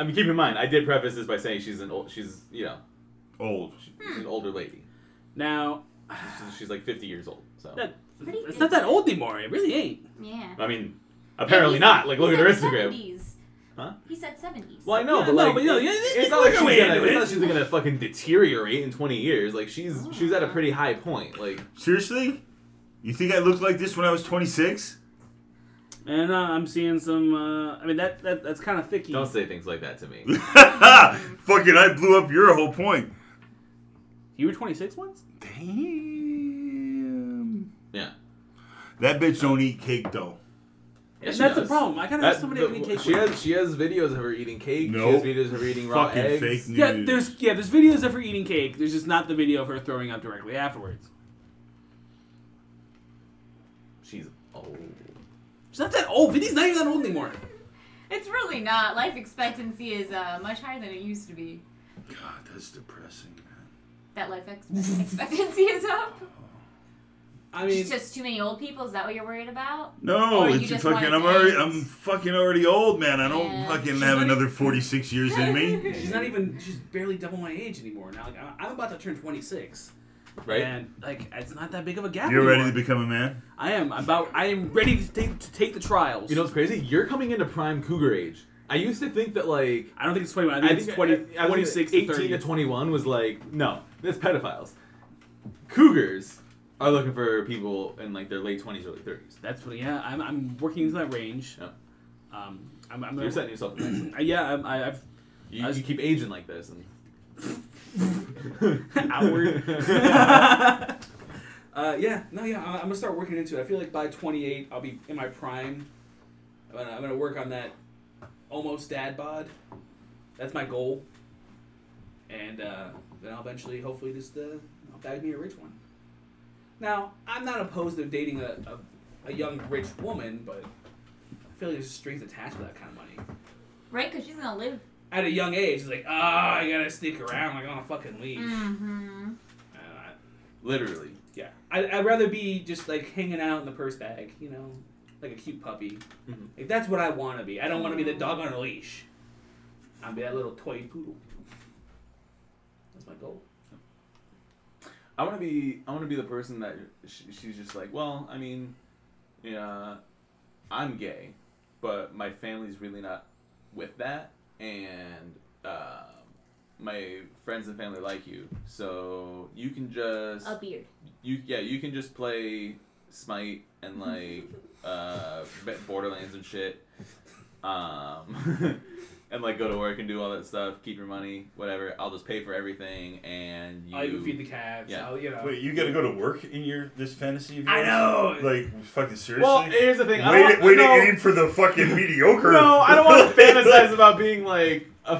S4: I mean, keep in mind, I did preface this by saying she's an old. She's you know,
S2: Old.
S4: she- she's
S3: Hmm.
S4: an older lady.
S3: Now
S4: She's, she's like 50 years old. So
S3: that
S5: Pretty
S3: it's not that old anymore. It really ain't.
S5: Yeah.
S4: I mean, apparently
S5: Yeah, he-
S4: not. Like, look
S5: he
S4: at her
S5: said
S4: Instagram.
S5: 70s.
S4: Huh?
S5: He said 70s.
S4: Well, I know,
S3: Yeah,
S4: but
S3: no,
S4: like,
S3: but, you know,
S4: it-
S3: yeah,
S4: it's,
S3: it's
S4: not like she's
S3: look away
S4: gonna,
S3: into
S4: it's not
S3: it.
S4: like she's gonna fucking deteriorate in 20 years. Like, she's
S3: Oh,
S4: she's at a pretty high point. Like,
S2: Seriously? You think I looked like this when I was 26?
S3: And uh, I'm seeing some. Uh, I mean, that, that that's kind of thicky.
S4: don't say things like that to me.
S2: Fucking, I blew up your whole point.
S3: You were 26 once.
S2: Damn.
S4: Yeah.
S2: That bitch don't eat cake though.
S4: Yeah, she
S3: that's the
S4: does.
S3: problem. I gotta
S4: That-
S3: have somebody
S4: the-
S3: eating cake.
S4: She has she has videos of her eating cake.
S2: No.
S4: She has videos of her eating raw
S2: Fucking
S4: eggs.
S2: fake news.
S3: Yeah, there's yeah, there's videos of her eating cake. There's just not the video of her throwing up directly afterwards.
S4: She's old.
S3: She's not that old. Vinny's not even that old anymore.
S5: It's really not. Life expectancy is uh, much higher than it used to be.
S2: God, that's depressing, man.
S5: That life ex- expectancy is up.
S3: I mean,
S5: it's just too many old people. Is that what you're worried about?
S2: No,
S5: Or you
S2: it's
S5: just
S2: fucking.
S5: wanted
S2: I'm already.
S5: AIDS.
S2: I'm fucking already old, man. I don't
S5: Yeah.
S2: fucking
S3: She's
S2: have
S3: not
S2: another
S3: even-
S2: 46 years in me.
S3: she's not even. She's barely double my age anymore. Now, like, I'm, I'm about to turn 26,
S4: right?
S3: and like it's not that big of a gap.
S2: You're ready to
S3: anymore.
S2: become a man.
S3: I am about. I am ready to take to take the trials.
S4: You know what's crazy? You're coming into prime cougar age. I used to think that like
S3: I don't think it's 21. I think it's 20,
S4: I- I was
S3: 26
S4: 18
S3: to 30.
S4: to 21 was like no, that's pedophiles. Cougars are looking for people in like their late 20s, early 30s.
S3: That's what. Yeah, I'm, I'm working into that range.
S4: Yep.
S3: Um, I'm. I'm
S4: You're setting yourself. up nicely.
S3: Uh, yeah, I'm, I, I've
S4: you,
S3: I was-
S4: you keep aging like this, and
S3: outward. uh, yeah, no, yeah, I- I'm gonna start working into it. I feel like by 28, I'll be in my prime. I'm gonna, I'm gonna work on that almost dad bod. That's my goal. And uh, then I'll eventually, hopefully, just uh, I'll bag me a rich one. Now, I'm not opposed to dating a, a, a young rich woman, but I feel like there's strings attached to that kind of money
S5: Right? Because she's gonna live.
S3: at a young age, it's like, ah, I gotta sneak around. Like, I want to fucking leave.
S5: Mm-hmm.
S3: Uh, I-
S4: literally,
S3: yeah. I, I'd rather be just, like, hanging out in the purse bag, you know? Like a cute puppy.
S4: Mhm.
S3: Like, that's what I want to be. I don't want to be the dog on a leash. I'll be that little toy poodle. That's my goal.
S4: I want to be. I want to be the person that sh she's just like. Well, I mean, yeah, I'm gay, but my family's really not with that, and um my friends and family like you, so you can just
S5: A beard.
S4: you yeah you can just play Smite and like uh B- Borderlands and shit, um, and like go to work and do all that stuff, keep your money, whatever. I'll just pay for everything, and you.
S3: I'll even feed the cats.
S4: Yeah.
S3: I'll, you know.
S2: Wait, you gotta go to work in your this fantasy of yours?
S3: I know!
S2: Like fucking seriously.
S4: well, here's the thing. I
S2: Way,
S4: don't
S2: to,
S4: want-
S2: way
S4: no,
S2: to aim for the fucking mediocre.
S4: No, I don't want to fantasize about being like a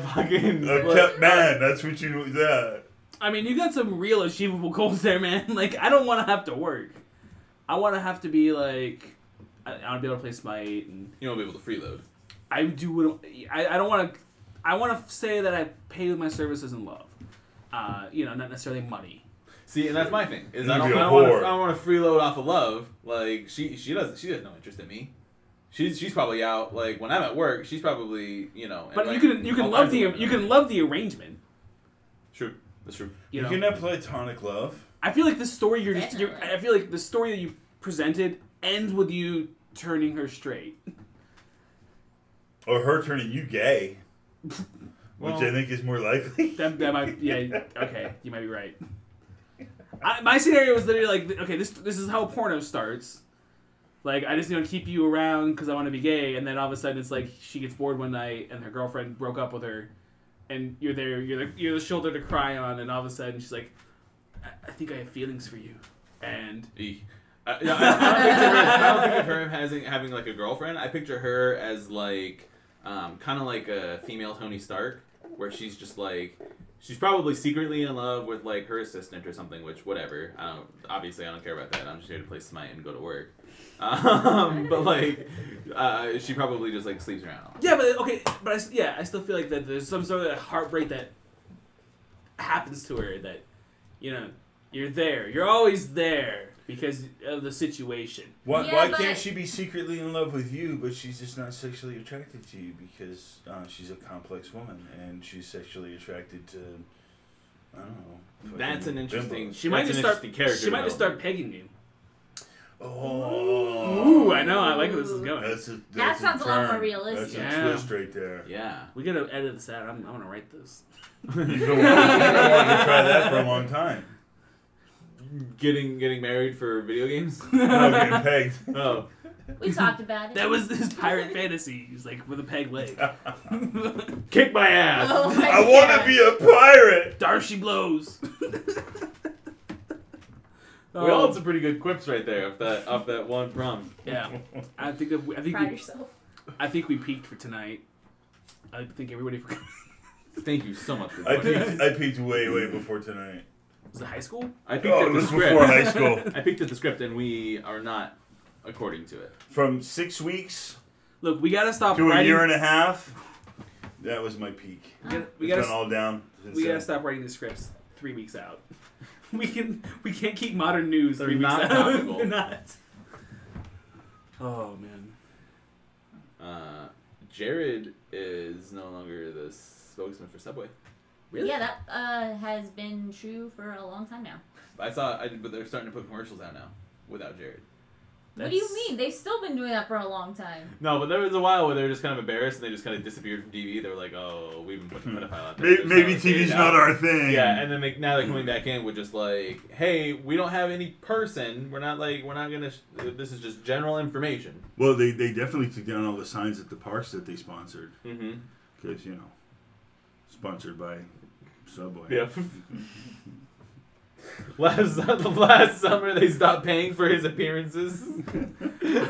S4: fucking.
S2: A
S4: like-
S2: kept man. That's what you. Yeah.
S3: I mean, you got some real achievable goals there, man. Like, I don't want to have to work. I want to have to be, like, I, I want to be able to play Smite and
S4: you won't be able to freeload.
S3: I do. I, I don't want to. I want to say that I pay my services in love. Uh, you know, not necessarily money.
S4: See, and that's my thing. Is I
S2: You'd
S4: don't,
S2: be a
S4: I don't want to.
S2: whore.
S4: I don't want to freeload off of love. Like she, she doesn't. She has no interest in me. She's she's probably out. Like when I'm at work, she's probably you know.
S3: But you
S4: inviting
S3: can you can
S4: all
S3: love
S4: kinds
S3: the
S4: of women
S3: you
S4: over.
S3: can love the arrangement.
S4: True. That's true.
S3: You know,
S2: have platonic love.
S3: I feel like the story you're just. You're,
S5: Definitely.
S3: I feel like the story that you presented ends with you turning her straight.
S2: Or her turning you gay.
S3: Well-
S2: which I think is more likely.
S3: That, that might yeah okay you might be right. I, my scenario was literally like okay this this is how porno starts. Like I just you know keep you around because I want to be gay, and then all of a sudden it's like she gets bored one night and her girlfriend broke up with her, and you're there you're the, you're the shoulder to cry on, and all of a sudden she's like, I, I think I have feelings for you, and
S4: E. I, yeah, I, I don't picture her, I don't think of her having having like a girlfriend. I picture her as like, um, kind of like a female Tony Stark, where she's just like, she's probably secretly in love with like her assistant or something. Which whatever. I don't. Obviously, I don't care about that. I'm just here to play Smite and go to work. Um, but like, uh, she probably just like sleeps around. a lot.
S3: yeah but okay but I s yeah I still feel like that there's some sort of heartbreak that happens to her that you know you're there you're always there because of the situation
S2: Why,
S5: Yeah,
S2: why
S5: but-
S2: can't she be secretly in love with you, but she's just not sexually attracted to you because uh, she's a complex woman and she's sexually attracted to, I don't know. fucking
S4: That's an interesting.
S2: bimbos.
S3: She might just
S4: that's an
S3: start.
S4: interesting character.
S3: she might just start
S4: development.
S3: pegging you.
S2: Oh.
S3: Ooh, I know. I like where this is going.
S2: That's a, that's
S5: That sounds a lot
S2: turn.
S5: more realistic.
S2: That's
S3: Yeah.
S2: a twist right there.
S4: Yeah.
S3: We gotta edit this out. I'm, I'm gonna write this.
S2: You've been wanting- you've been wanting to try that for a long time.
S4: Getting getting married for video games.
S2: No, getting pegged.
S4: oh.
S5: We talked about it.
S3: That was his pirate fantasy. He's like with a peg leg.
S4: Kick my ass.
S5: Oh my
S2: I want
S5: God.
S2: to be a pirate.
S3: Darcy blows.
S4: We all
S3: Oh,
S4: had some pretty good quips right there off that off that one prompt.
S3: yeah. I think that we, I think
S5: Proud of
S3: we,
S5: yourself.
S3: I think we peaked for tonight. I think everybody forgot.
S4: Thank you so much for
S2: I
S4: joining us.
S2: peaked, I peaked way, way before tonight.
S3: Was it high school?
S4: I peeked
S2: Oh,
S4: at
S2: it
S4: the
S2: was
S4: script.
S2: before high school.
S4: I peeked at the script and we are not according to it.
S2: From six weeks
S3: Look, we gotta stop
S2: to a
S3: writing.
S2: year and a half. That was my peak.
S3: we gotta, we
S2: It's
S3: gotta
S2: been all down. since
S3: we gotta
S2: then.
S3: stop writing the scripts three weeks out. we can we can't keep modern news.
S4: They're
S3: three weeks
S4: not
S3: out.
S4: topical.
S3: They're not. Oh man.
S4: Uh, Jared is no longer the spokesman for Subway.
S5: Yeah, that uh, has been true for a long time now.
S4: I saw, I, but they're starting to put commercials out now without Jared.
S5: What do you
S3: That's-
S5: mean? They've still been doing that for a long time.
S4: No, but there was a while where they were just kind of embarrassed and they just kind of disappeared from TV. They were like, "Oh, we've been putting a pedophile out there."
S2: Maybe,
S4: There's
S2: Hmm. maybe
S4: no way to
S2: TV's
S4: get it
S2: not
S4: out."
S2: our thing. Hmm.
S4: Yeah, and then they, now they're coming back in with just like, "Hey, we don't have any person. We're not like, we're not gonna. Sh- this is just general information."
S2: well, they, they definitely took down all the signs at the parks that they sponsored
S4: Mm-hmm.
S2: because you know, sponsored by Subway.
S4: Yep. last the last summer, they stopped paying for his appearances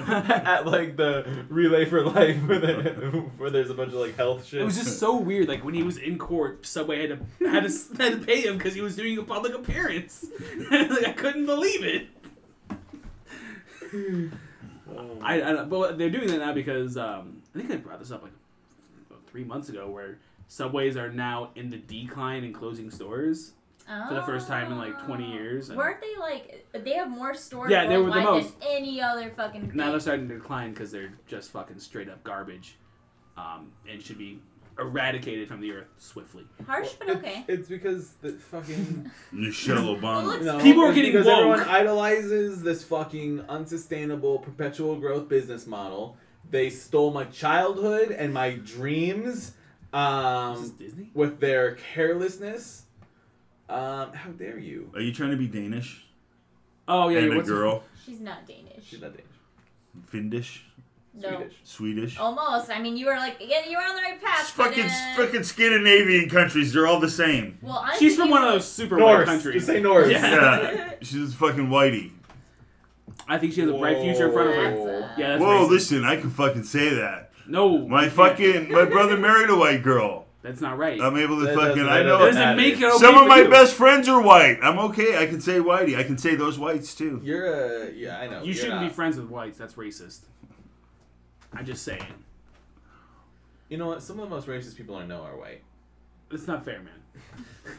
S4: at like the Relay for Life, where, they, where there's a bunch of like health shit.
S3: It was just so weird. Like when he was in court, Subway had to had to, had to pay him because he was doing a public appearance. like I couldn't believe it.
S4: Oh.
S3: I, I don't- but they're doing that now because um, I think I brought this up like about three months ago, where Subways are now in the decline and closing stores.
S5: Oh.
S3: the first time in, like, 20 years, and-
S5: Weren't they like they have more stores
S3: Yeah, they were the
S5: worldwide
S3: most.
S5: than any other fucking
S3: Now they're
S5: thing.
S3: starting to decline because they're just fucking straight up garbage, um, and should be eradicated from the earth swiftly.
S5: Harsh, but okay.
S4: It's, it's because the fucking.
S2: Michelle Obama.
S5: let's-
S4: No,
S3: People are
S4: it's
S3: getting
S4: because
S3: woke.
S4: Everyone idolizes this fucking unsustainable perpetual growth business model. They stole my childhood and my dreams
S3: Is this
S4: um,
S3: Disney?
S4: with their carelessness. Um, how dare you?
S2: Are you trying to be Danish?
S3: Oh yeah,
S2: and
S3: yeah,
S2: a
S3: what's his-
S2: girl,
S5: She's not Danish.
S4: She's not Danish.
S2: Finnish,
S5: no.
S4: Swedish.
S2: Swedish.
S5: Almost. I mean, you were like, yeah, you were on the right path.
S2: It's
S5: but
S2: fucking
S5: then-
S2: fucking Scandinavian countries. They're all the same.
S5: Well, I'm
S3: She's from
S5: thinking-
S3: one of those super white
S4: Norse.
S3: countries.
S4: Just say Norse.
S3: Yeah.
S2: Yeah, she's fucking whitey.
S3: I think she has a bright future in front of her.
S5: That's, uh,
S3: Yeah, that's
S2: Whoa,
S3: racist.
S2: listen, I can fucking say that.
S3: No,
S2: My
S3: you can't.
S2: fucking my brother married a white girl.
S3: That's not right.
S2: I'm able to
S4: That
S2: fucking.
S4: doesn't-
S2: I
S4: that
S3: That
S2: know.
S4: doesn't-
S3: doesn't make it okay
S2: Some of
S3: for
S2: my
S3: you.
S2: best friends are white. I'm okay. I can say whitey. I can say those whites too.
S4: You're a yeah. I know.
S3: You
S4: are
S3: shouldn't be
S4: not.
S3: friends with whites. That's racist. I'm just saying.
S4: You know what? Some of the most racist people I know are white.
S3: It's not fair, man.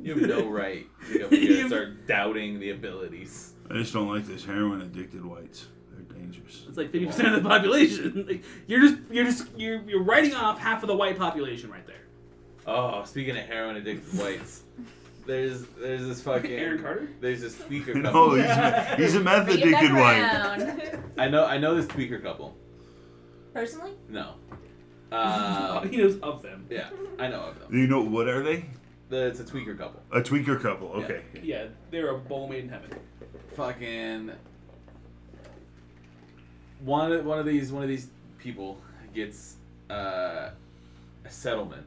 S4: You have no right to go up here and start doubting the abilities.
S2: I just don't like those heroin addicted whites. They're dangerous.
S3: It's like 50 percent of the population. Like, you're just you're just you're you're writing off half of the white population right there.
S4: Oh, speaking of heroin addicted whites, there's there's this fucking
S3: Aaron Carter?
S4: There's this tweaker couple.
S2: No, he's a, he's a meth
S5: Bring it back
S2: addicted white.
S5: around.
S4: I know I know this tweaker couple.
S5: Personally,
S4: No. Uh,
S3: he knows of them.
S4: yeah, I know of them.
S2: You know what are they?
S4: The- It's a tweaker couple.
S2: A tweaker couple. Okay.
S3: Yeah, they're a bowl made in heaven.
S4: Fucking one of, one of these one of these people gets uh, a settlement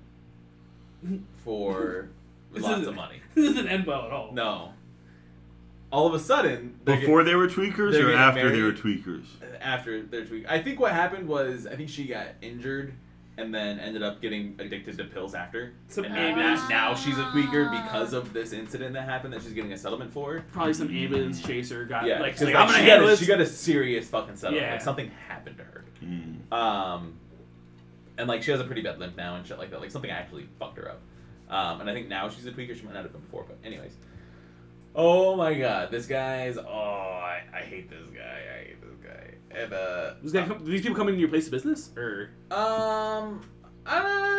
S4: for
S3: This
S4: lots
S3: isn't-
S4: of money.
S3: This doesn't end well at all.
S4: No. All of a sudden, they get-
S2: Before they were tweakers
S4: they're
S2: or
S4: getting
S2: after they were
S4: married.
S2: tweakers?
S4: after their tweak. I think what happened was I think she got injured and then ended up getting addicted to pills after.
S3: Some
S4: and maybe
S3: ambulance-
S4: now she's a tweaker because of this incident that happened that she's getting a settlement for.
S3: Probably some ambulance chaser got
S4: Yeah,
S3: like,
S4: 'cause,
S3: she's like,
S4: like,
S3: I'm gonna
S4: she, got
S3: handle
S4: a,
S3: this.
S4: she got a serious fucking settlement.
S3: Yeah.
S4: Like something happened to her.
S2: Mm.
S4: Um, and like she has a pretty bad limp now and shit like that. Like something actually fucked her up. Um, and I think now she's a tweaker. She might not have been before, but anyways. Oh my god, this guy's. Oh, I, I hate this guy. I hate this guy. And uh,
S3: This guy come- do these people come into your place of business or
S4: Um,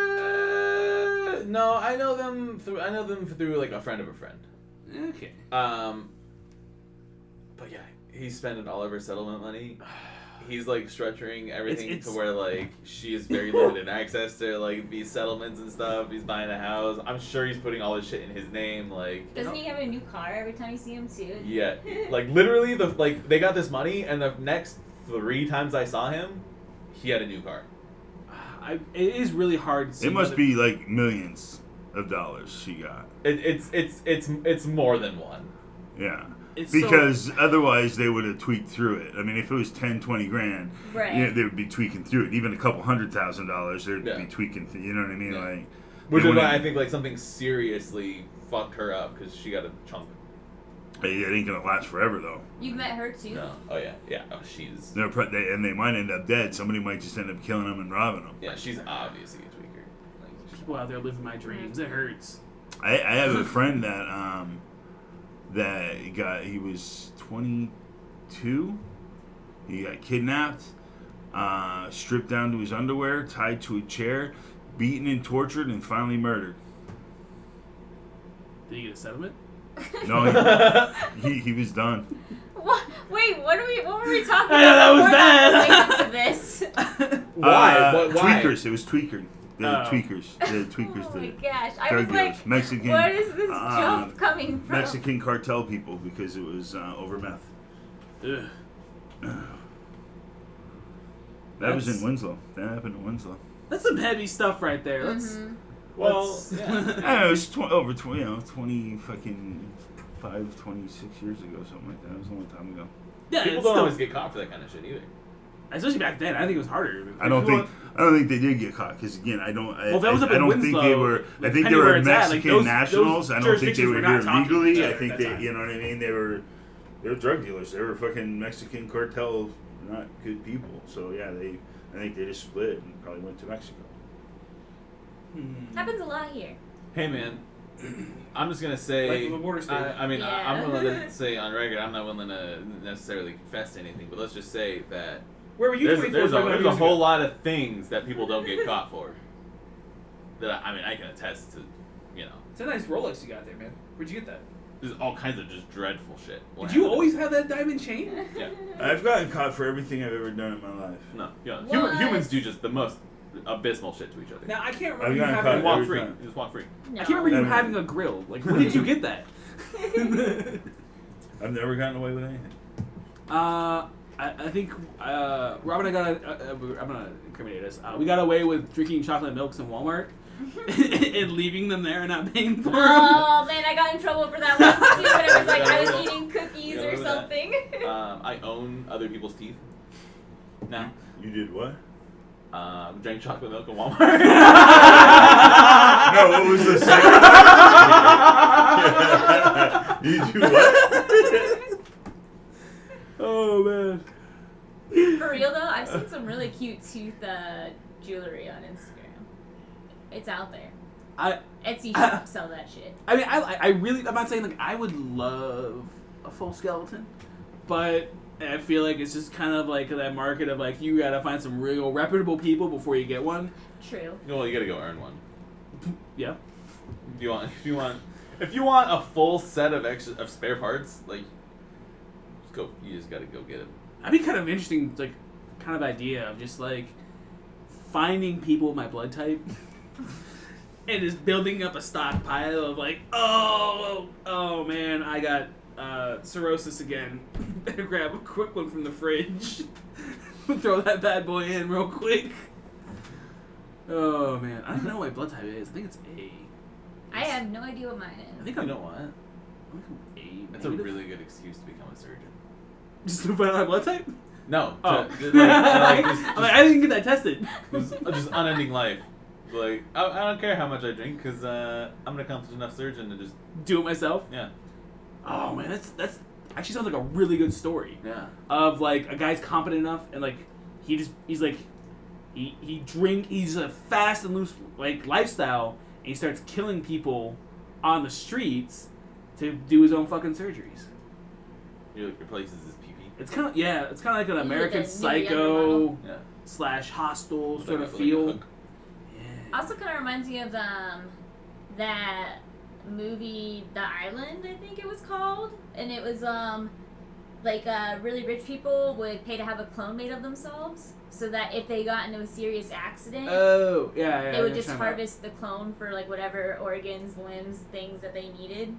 S4: uh, no, I know them through. I know them through like a friend of a friend.
S3: okay?
S4: Um, but yeah, he's spending all of her settlement money. He's like structuring everything
S3: it's-
S4: to where like she has very limited access to like these settlements and stuff. He's buying a house. I'm sure he's putting all this shit in his name. Like
S5: doesn't he have a new car every time you see him too?
S4: yeah, like literally the like they got this money, and the next three times I saw him, he had a new car.
S3: I, it is really hard.
S2: It
S3: seeing
S2: must
S3: other-
S2: be like millions of dollars she got.
S4: It, it's it's it's it's more than one.
S2: Yeah.
S3: It's so-
S2: Because otherwise they would have tweaked through it. I mean, if it was 10, 20 grand,
S5: Right.
S2: you know, they would be tweaking through it. Even a couple hundred thousand dollars, they'd
S4: Yeah.
S2: be tweaking through. You know what I mean?
S4: Yeah.
S2: Like,
S4: Which
S2: they
S4: is why I
S2: wouldn't-
S4: think like something seriously fucked her up because she got a chunk.
S2: Hey, it ain't gonna last forever though.
S5: You've met her too.
S4: No. Oh yeah, yeah. Oh, she's
S2: They're pro- they, and they might end up dead. Somebody might just end up killing them and robbing them.
S4: yeah, she's obviously a tweaker. Like, she's-
S3: people out there living my dreams. It hurts.
S2: I, I have a friend that um, that he got he was 22. He got kidnapped, uh, stripped down to his underwear, tied to a chair, beaten and tortured, and finally murdered.
S3: Did he get a settlement?
S2: No, he, he, he was done.
S5: What? Wait, what are we? What were we talking about?
S3: I know, that was
S5: We're
S3: bad.
S5: not related to this.
S6: Why?
S2: Uh,
S6: What- why?
S2: Tweakers. It was tweaker. The
S3: Oh.
S2: tweakers. The tweakers
S5: oh my
S2: did it.
S5: gosh! I
S2: Drug
S5: was like,
S2: dealers. Mexican.
S5: what is this
S2: uh,
S5: jump coming from?
S2: Mexican cartel people because it was uh, over meth.
S3: Ugh.
S2: That was
S3: That's-
S2: in Winslow. That happened in Winslow.
S3: That's some heavy stuff right there. Let's.
S5: Mhm.
S1: Well,
S3: let's-
S1: yeah.
S2: I don't know, it was tw- over 20, you know, 20 fucking 5, 26 years ago, something like that. It was a long time ago.
S3: yeah,
S4: People
S3: it's
S4: don't
S3: still-
S4: always get caught for that kind of shit either.
S3: especially back then. I think it was harder.
S2: I don't
S3: People-
S2: think I don't think they did get caught because again I don't I,
S3: Well, if that was
S2: I,
S3: up
S2: I
S3: in
S2: don't think they
S3: Winslow,
S2: were I
S3: like,
S2: think they
S3: depending
S2: were
S3: where it's at,
S2: Mexican
S3: like, those-
S2: nationals
S3: those
S2: I don't think they
S3: jurisdictions
S2: were
S3: were
S2: here
S3: not talking to
S2: legally
S3: each
S2: I
S3: other
S2: think
S3: at that
S2: they you know what I mean they were they were drug dealers they were fucking Mexican cartel not good people so yeah they I think they just split and probably went to Mexico
S3: Hmm.
S5: Happens a lot here.
S4: Hey man, I'm just gonna
S3: Like
S4: say.
S3: the border state.
S4: I, I mean, I, I'm
S5: Yeah.
S4: willing to say on record, I'm not willing to necessarily confess to anything, but let's just say that
S3: Where were you?
S4: there's,
S3: 24,
S4: there's, a,
S3: 25
S4: there's a
S3: years ago?
S4: whole lot of things that people don't get caught for. That I, I mean, I can attest to, you know,
S3: It's a nice Rolex you got there, man. Where'd you get that?
S4: there's all kinds of just dreadful shit.
S3: Did you always have that diamond chain?
S4: Yeah.
S2: I've gotten caught for everything I've ever done in my life
S4: No, yeah. Human,
S5: What?
S4: humans do just the most abysmal shit to each other.
S3: Now I can't remember
S2: I've
S3: you
S2: gotten
S3: having.
S2: caught
S4: You walk
S2: every
S4: free.
S2: time.
S4: You just walk free.
S5: No.
S3: I can't remember you
S2: Never.
S3: having a grill. Like, when did you get that?
S2: I've never gotten away with anything
S3: uh, I, I think uh, Rob and I got. Uh, uh, we- I'm gonna incriminate us. Uh, we got away with drinking chocolate milks in Walmart and leaving them there and not paying for them.
S5: Oh man, I got in trouble for that once too. But I was like, I was eating
S4: Yeah,
S5: cookies or
S4: remember that.
S5: something.
S4: Um, I own other people's teeth. Now,
S3: Hmm?
S2: you did what
S4: um, drank chocolate milk in Walmart.
S2: no what was the second you do what
S3: Oh man.
S5: For real though, I've seen some really cute tooth uh, jewelry on Instagram. It's out there.
S3: I
S5: Etsy shop sell that shit.
S3: I mean I I really I'm not saying like I would love a full skeleton, but I feel like it's just kind of like that market of like you gotta find some real reputable people before you get one.
S5: True.
S4: well, you gotta go earn one.
S3: Yeah.
S4: If you want, if you want, if you want a full set of extra of spare parts, like, just go. You just gotta go get them.
S3: That'd be kind of interesting, like, kind of idea of just like finding people with my blood type and just building up a stockpile of like, oh, oh, oh, man, I got uh, cirrhosis again. Better grab a quick one from the fridge. Throw that bad boy in real quick. Oh man, I don't even know what my blood type is. I think it's A.
S5: I have no idea what mine
S3: I
S5: is.
S3: think
S4: You
S3: I'm,
S4: know what?
S3: I think I'm A.
S4: That's a
S3: negative.
S4: really good excuse to become a surgeon.
S3: just to find out my blood type.
S4: No.
S3: Oh,
S4: To, to,
S3: I'm
S4: like, like, just,
S3: like,
S4: just,
S3: I didn't get that tested.
S4: just, just unending life. Like, I, I don't care how much I drink, cause uh, I'm an accomplished enough surgeon to just
S3: Do it myself.
S4: yeah
S3: Oh man, that's that's actually sounds like a really good story
S4: yeah.
S3: of like a guy's competent enough and like he just he's like he he drink he's a fast and loose like lifestyle and he starts killing people on the streets to do his own fucking surgeries.
S4: He like replaces his pee
S3: It's kind of yeah, it's kind of like an
S5: Like
S3: American
S5: a New
S3: Psycho
S5: Neanderthal.
S4: Yeah.
S3: slash hostile
S4: With,
S3: sort
S4: like,
S3: of
S4: a- with, like, a
S3: feel.
S4: hook.
S3: Yeah.
S5: Also, kind of reminds me of um, that movie, The Island, I think it was called, and it was um, like uh, really rich people would pay to have a clone made of themselves, so that if they got into a serious accident,
S3: Oh yeah, yeah.
S5: they
S3: I
S5: would
S3: know
S5: just
S3: what you're talking
S5: harvest the clone for like whatever organs, limbs, things that they needed.
S3: about.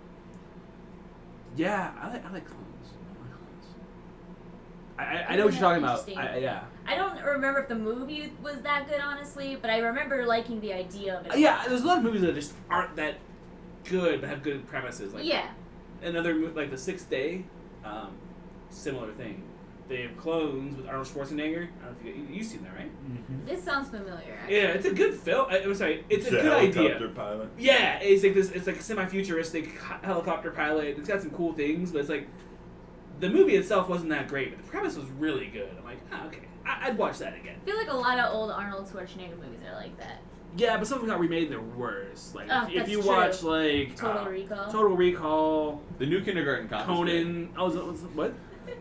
S3: Yeah, I like I like clones. I like clones. I, I, I know what you're talking about.
S5: Interesting.
S3: I, I- yeah.
S5: I don't remember if the movie was that good, honestly, but I remember liking the idea of it.
S3: Uh, Yeah, there's a lot of movies that just aren't that good but have good premises. Like
S5: yeah.
S3: another mo- like The Sixth Day, um, similar thing. They have clones with Arnold Schwarzenegger. I don't know if you you've seen that, right?
S5: This sounds familiar. actually.
S3: Yeah, it's a good film. I, I'm sorry, it's,
S2: a
S3: a good idea.
S2: helicopter pilot
S3: Yeah, it's like this. It's like semi-futuristic h- helicopter pilot. It's got some cool things, but it's like the movie itself wasn't that great, but the premise was really good. I'm like, ah, okay, I- I'd watch that again.
S5: I feel like a lot of old Arnold Schwarzenegger movies are like that.
S3: Yeah, but some of them got remade and they're worse. Like if,
S5: Oh, that's
S3: if you
S5: true.
S3: watch like
S5: Total
S3: uh,
S5: Recall.
S3: Total Recall,
S4: The new kindergarten cop. is good.
S3: Conan. I was, was- what?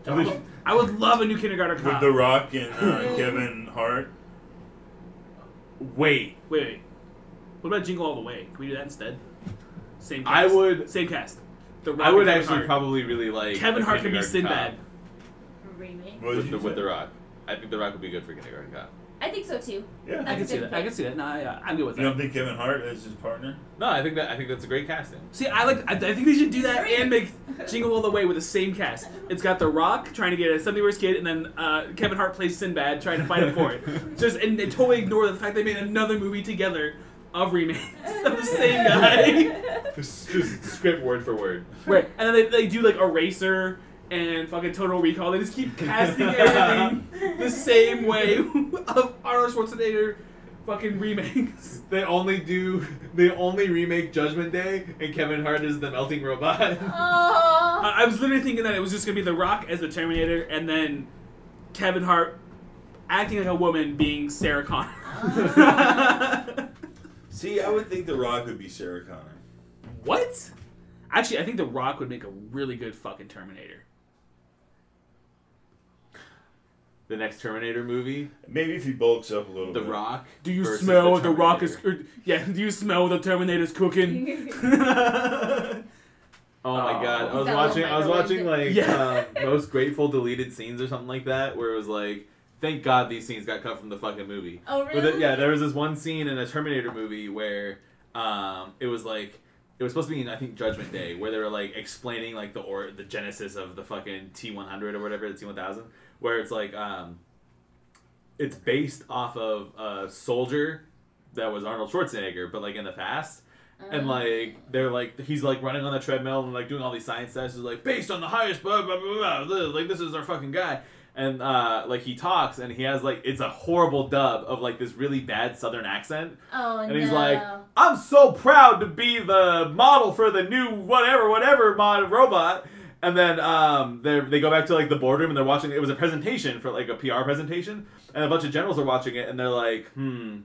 S2: I wish-
S3: I would love a new kindergarten
S2: With
S3: cop.
S2: The Rock and uh, Kevin Hart.
S3: wait, wait, wait. What about Jingle All the Way? Can we do that instead? Same. Cast.
S4: I would-
S3: Same cast. The Rock
S4: I would
S3: and Kevin
S4: actually
S3: Hart.
S4: probably really like
S3: Kevin
S4: the
S3: Hart could be
S4: Kindergarten Cop
S3: Sinbad.
S5: Remake.
S2: What did
S4: with
S2: you
S4: the, with
S2: say?
S4: the Rock. I think the Rock would be good for kindergarten cop.
S5: I think so too.
S2: Yeah.
S3: I
S5: That's
S3: can
S5: a
S3: see
S5: good
S3: that. I
S5: pick.
S3: can see that. No, I, I'm good with
S2: You don't
S3: that.
S2: think Kevin Hart is his partner?
S4: No, I think that I think that's a great casting.
S3: See, I like. I, I think they should do that
S5: Scream.
S3: and make Jingle All the Way with the same cast. It's got The Rock trying to get a 70 year old kid, and then uh, Kevin Hart plays Sinbad trying to fight him for it. Just and they totally ignore the fact they made another movie together of remakes of the same guy.
S4: Just, just script word for word.
S3: Right. And then they, they do like Eraser and fucking Total Recall. They just keep casting everything the same way of Arnold Schwarzenegger fucking remakes.
S6: They only do. They only remake Judgment Day, and Kevin Hart is the melting robot.
S5: Oh.
S3: I I was literally thinking that it was just gonna be The Rock as the Terminator, and then Kevin Hart acting like a woman being Sarah Connor.
S2: See, I would think The Rock would be Sarah Connor.
S3: what? Actually, I think The Rock would make a really good fucking Terminator.
S4: The next Terminator movie,
S2: Maybe if he bulks up a little
S4: The
S2: bit.
S4: Rock.
S3: Do you
S4: versus
S3: smell what the Rock is?
S4: Terminator.
S3: Or, yeah. Do you smell the Terminator's cooking?
S4: Oh my
S6: Oh.
S4: god! I was
S5: That
S4: watching. I was
S5: microwave.
S4: watching like
S3: Yeah.
S4: um, most grateful deleted scenes or something like that, where it was like, thank God these scenes got cut from the fucking movie.
S5: oh
S4: But
S5: really?
S4: the- yeah, there was this one scene in a Terminator movie where um, it was like it was supposed to be in I think Judgment Day where they were like explaining like the or the genesis of the fucking T one hundred or whatever the T one thousand where it's like um, it's based off of a soldier that was Arnold Schwarzenegger but like in the past. And
S5: Uh-huh.
S4: like they're like he's like running on the treadmill and like doing all these science tests is like based on the highest blah blah blah, blah like this is our fucking guy and uh, like he talks and he has like it's a horrible dub of like this really bad southern accent
S5: Oh
S4: and
S5: no.
S4: he's like i'm so proud to be the model for the new whatever whatever mod robot and then um, they they go back to like the boardroom and they're watching it was a presentation for like a pr presentation and a bunch of generals are watching it and they're like hmm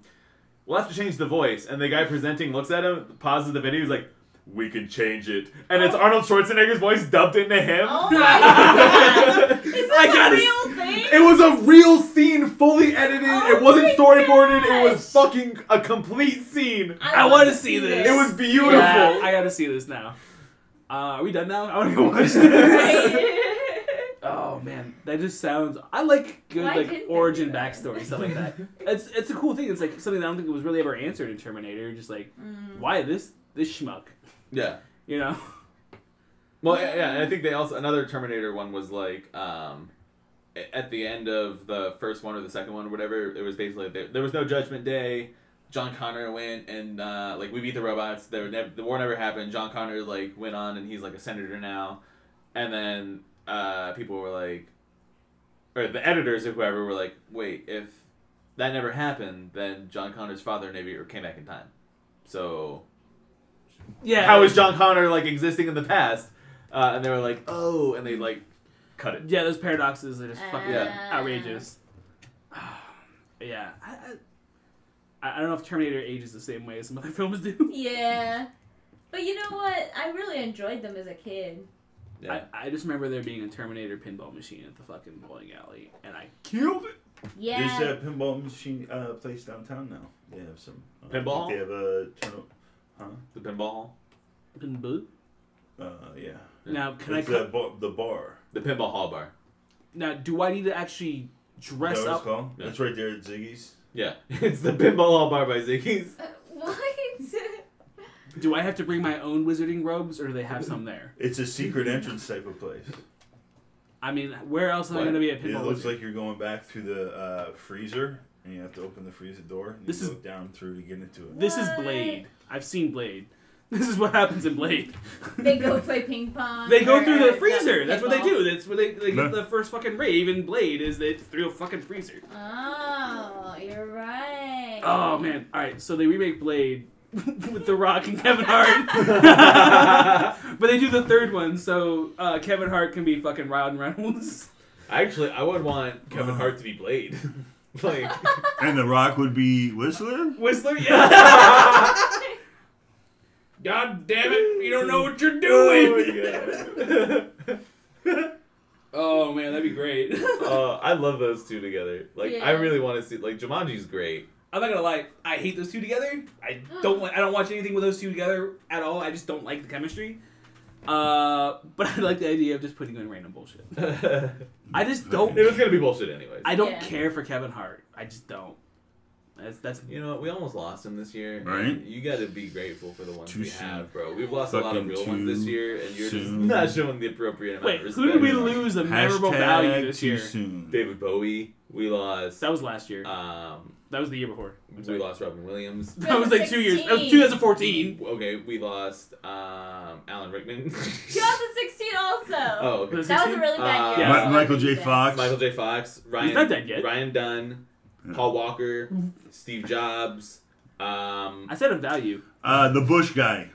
S4: we'll have to change the voice and the guy presenting looks at him pauses the video he's like we can change it and it's arnold schwarzenegger's voice dubbed into him
S5: Oh my god. Is this
S4: I
S5: a
S4: gotta
S5: real thing?
S4: it was a real scene, fully edited.
S5: Oh
S4: it wasn't
S5: my
S4: storyboarded. It was
S5: gosh.
S4: fucking a complete scene.
S3: I
S5: want
S3: wanna
S5: to
S3: see this.
S4: It was beautiful.
S3: Yeah, I gotta see this now. Uh, are we done now? I want to go watch this. oh man, that just sounds. I like good
S5: Why
S3: like
S5: didn't they
S3: origin
S5: do that?
S3: backstory stuff like that. It's it's a cool thing. It's like something that I don't think was really ever answered in Terminator. Just like
S5: Mm.
S3: why this this schmuck,
S4: Yeah.
S3: you know?
S4: Well, yeah, yeah, and I think they also another Terminator one was like um, a- at the end of the first one or the second one or whatever. It was basically there, there was no Judgment Day. John Connor went and uh, like we beat the robots. There never, the war never happened. John Connor like went on and he's like a senator now, and then uh, people were like, or the editors or whoever were like, wait, if that never happened, then John Connor's father maybe or came back in time. So
S3: Yeah.
S4: how is John Connor like existing in the past? Uh, and they were like, oh, and they like cut it.
S3: Yeah, those paradoxes are just fucking
S4: Yeah.
S3: outrageous. yeah, I, I I don't know if Terminator ages the same way as some other films do.
S5: Yeah. But you know what? I really enjoyed them as a kid.
S4: Yeah.
S3: I, I just remember there being a Terminator pinball machine at the fucking bowling alley, and I killed it.
S5: Yeah.
S2: There's that pinball machine uh, place downtown now. They have some. Uh,
S4: Pinball?
S2: They have a. Turn-
S4: The pinball,
S3: Pinball.
S2: uh, yeah.
S3: Now can
S2: it's
S3: I? Cut,
S2: that bar, the bar.
S4: the pinball hall bar.
S3: now do I need to actually
S2: That's
S3: dress
S2: what
S3: up?
S2: it's called?
S4: Yeah.
S2: That's right there at Ziggy's.
S4: Yeah, it's the pinball hall bar by Ziggy's.
S5: Uh, what?
S3: Do I have to bring my own wizarding robes, or do they have some there?
S2: It's a secret entrance type of place.
S3: I mean, where else am I
S4: What?
S3: going to be a
S2: It
S3: pinball?
S2: looks
S3: wizard?
S2: like you're going back through the uh, freezer, and you have to open the freezer door. And
S3: This
S2: you
S3: is-
S2: look down through to get into it.
S3: this is Blade. I've seen Blade. This is what happens in Blade.
S5: They go play ping pong.
S3: They go
S5: or-
S3: through the
S5: or
S3: freezer. That's what they
S5: uh, pinball.
S3: do. That's where they, they
S2: No.
S3: get the first fucking rave in Blade is they through a fucking freezer.
S5: Oh, you're right.
S3: Oh man! All right, so they remake Blade with The Rock and Kevin Hart, but they do the third one, so uh, Kevin Hart can be fucking Ryan Reynolds.
S4: Actually, I would want Kevin Hart to be Blade.
S6: Like
S2: And The Rock would be Whistler?
S3: Whistler,
S4: Oh
S3: yeah. God damn it! You don't know what
S4: Oh
S3: you're doing. Oh man, that'd be great.
S4: Oh, I love those two together. Like I
S5: Yeah.
S4: really want to see. Like Jumanji's great.
S3: I'm not gonna lie. I hate those two together. I don't. Like, I don't watch anything with those two together at all. I just don't like the chemistry. Uh, but I like the idea of just putting in random bullshit.
S4: it
S3: I just don't.
S4: was gonna be bullshit anyways.
S3: I don't
S5: Yeah.
S3: care for Kevin Hart. I just don't. That's that's
S4: you know what? We almost lost him this year.
S2: Right.
S4: You got to be grateful for the ones
S2: Too
S4: we
S2: soon.
S4: have, bro. We've lost a lot of
S2: Fucking
S4: real ones this
S2: too
S4: year, and you're just
S2: soon.
S4: not showing the appropriate amount
S3: Wait,
S4: of
S3: who
S4: respect.
S3: did we lose a memorable value
S2: Hashtag
S3: this
S2: too
S3: year?
S2: soon.
S4: David Bowie. We lost.
S3: That was last year.
S4: Um,
S3: that was the year before. I'm
S4: we
S3: sorry.
S4: lost Robin Williams.
S3: That was like two years. That was 2014.
S4: Okay, we lost um, Alan Rickman.
S5: 2016 also.
S4: oh, okay.
S3: Was it
S5: That was a really
S4: Uh,
S5: bad year.
S4: Ma-
S5: So
S2: Michael
S5: I
S2: J.
S5: think
S2: Fox.
S4: Michael J. Fox, Ryan,
S3: not dead yet.
S4: Ryan Dunn,
S2: Yeah.
S4: Paul Walker, Steve Jobs, um,
S3: I said a value.
S2: Uh, the Bush guy.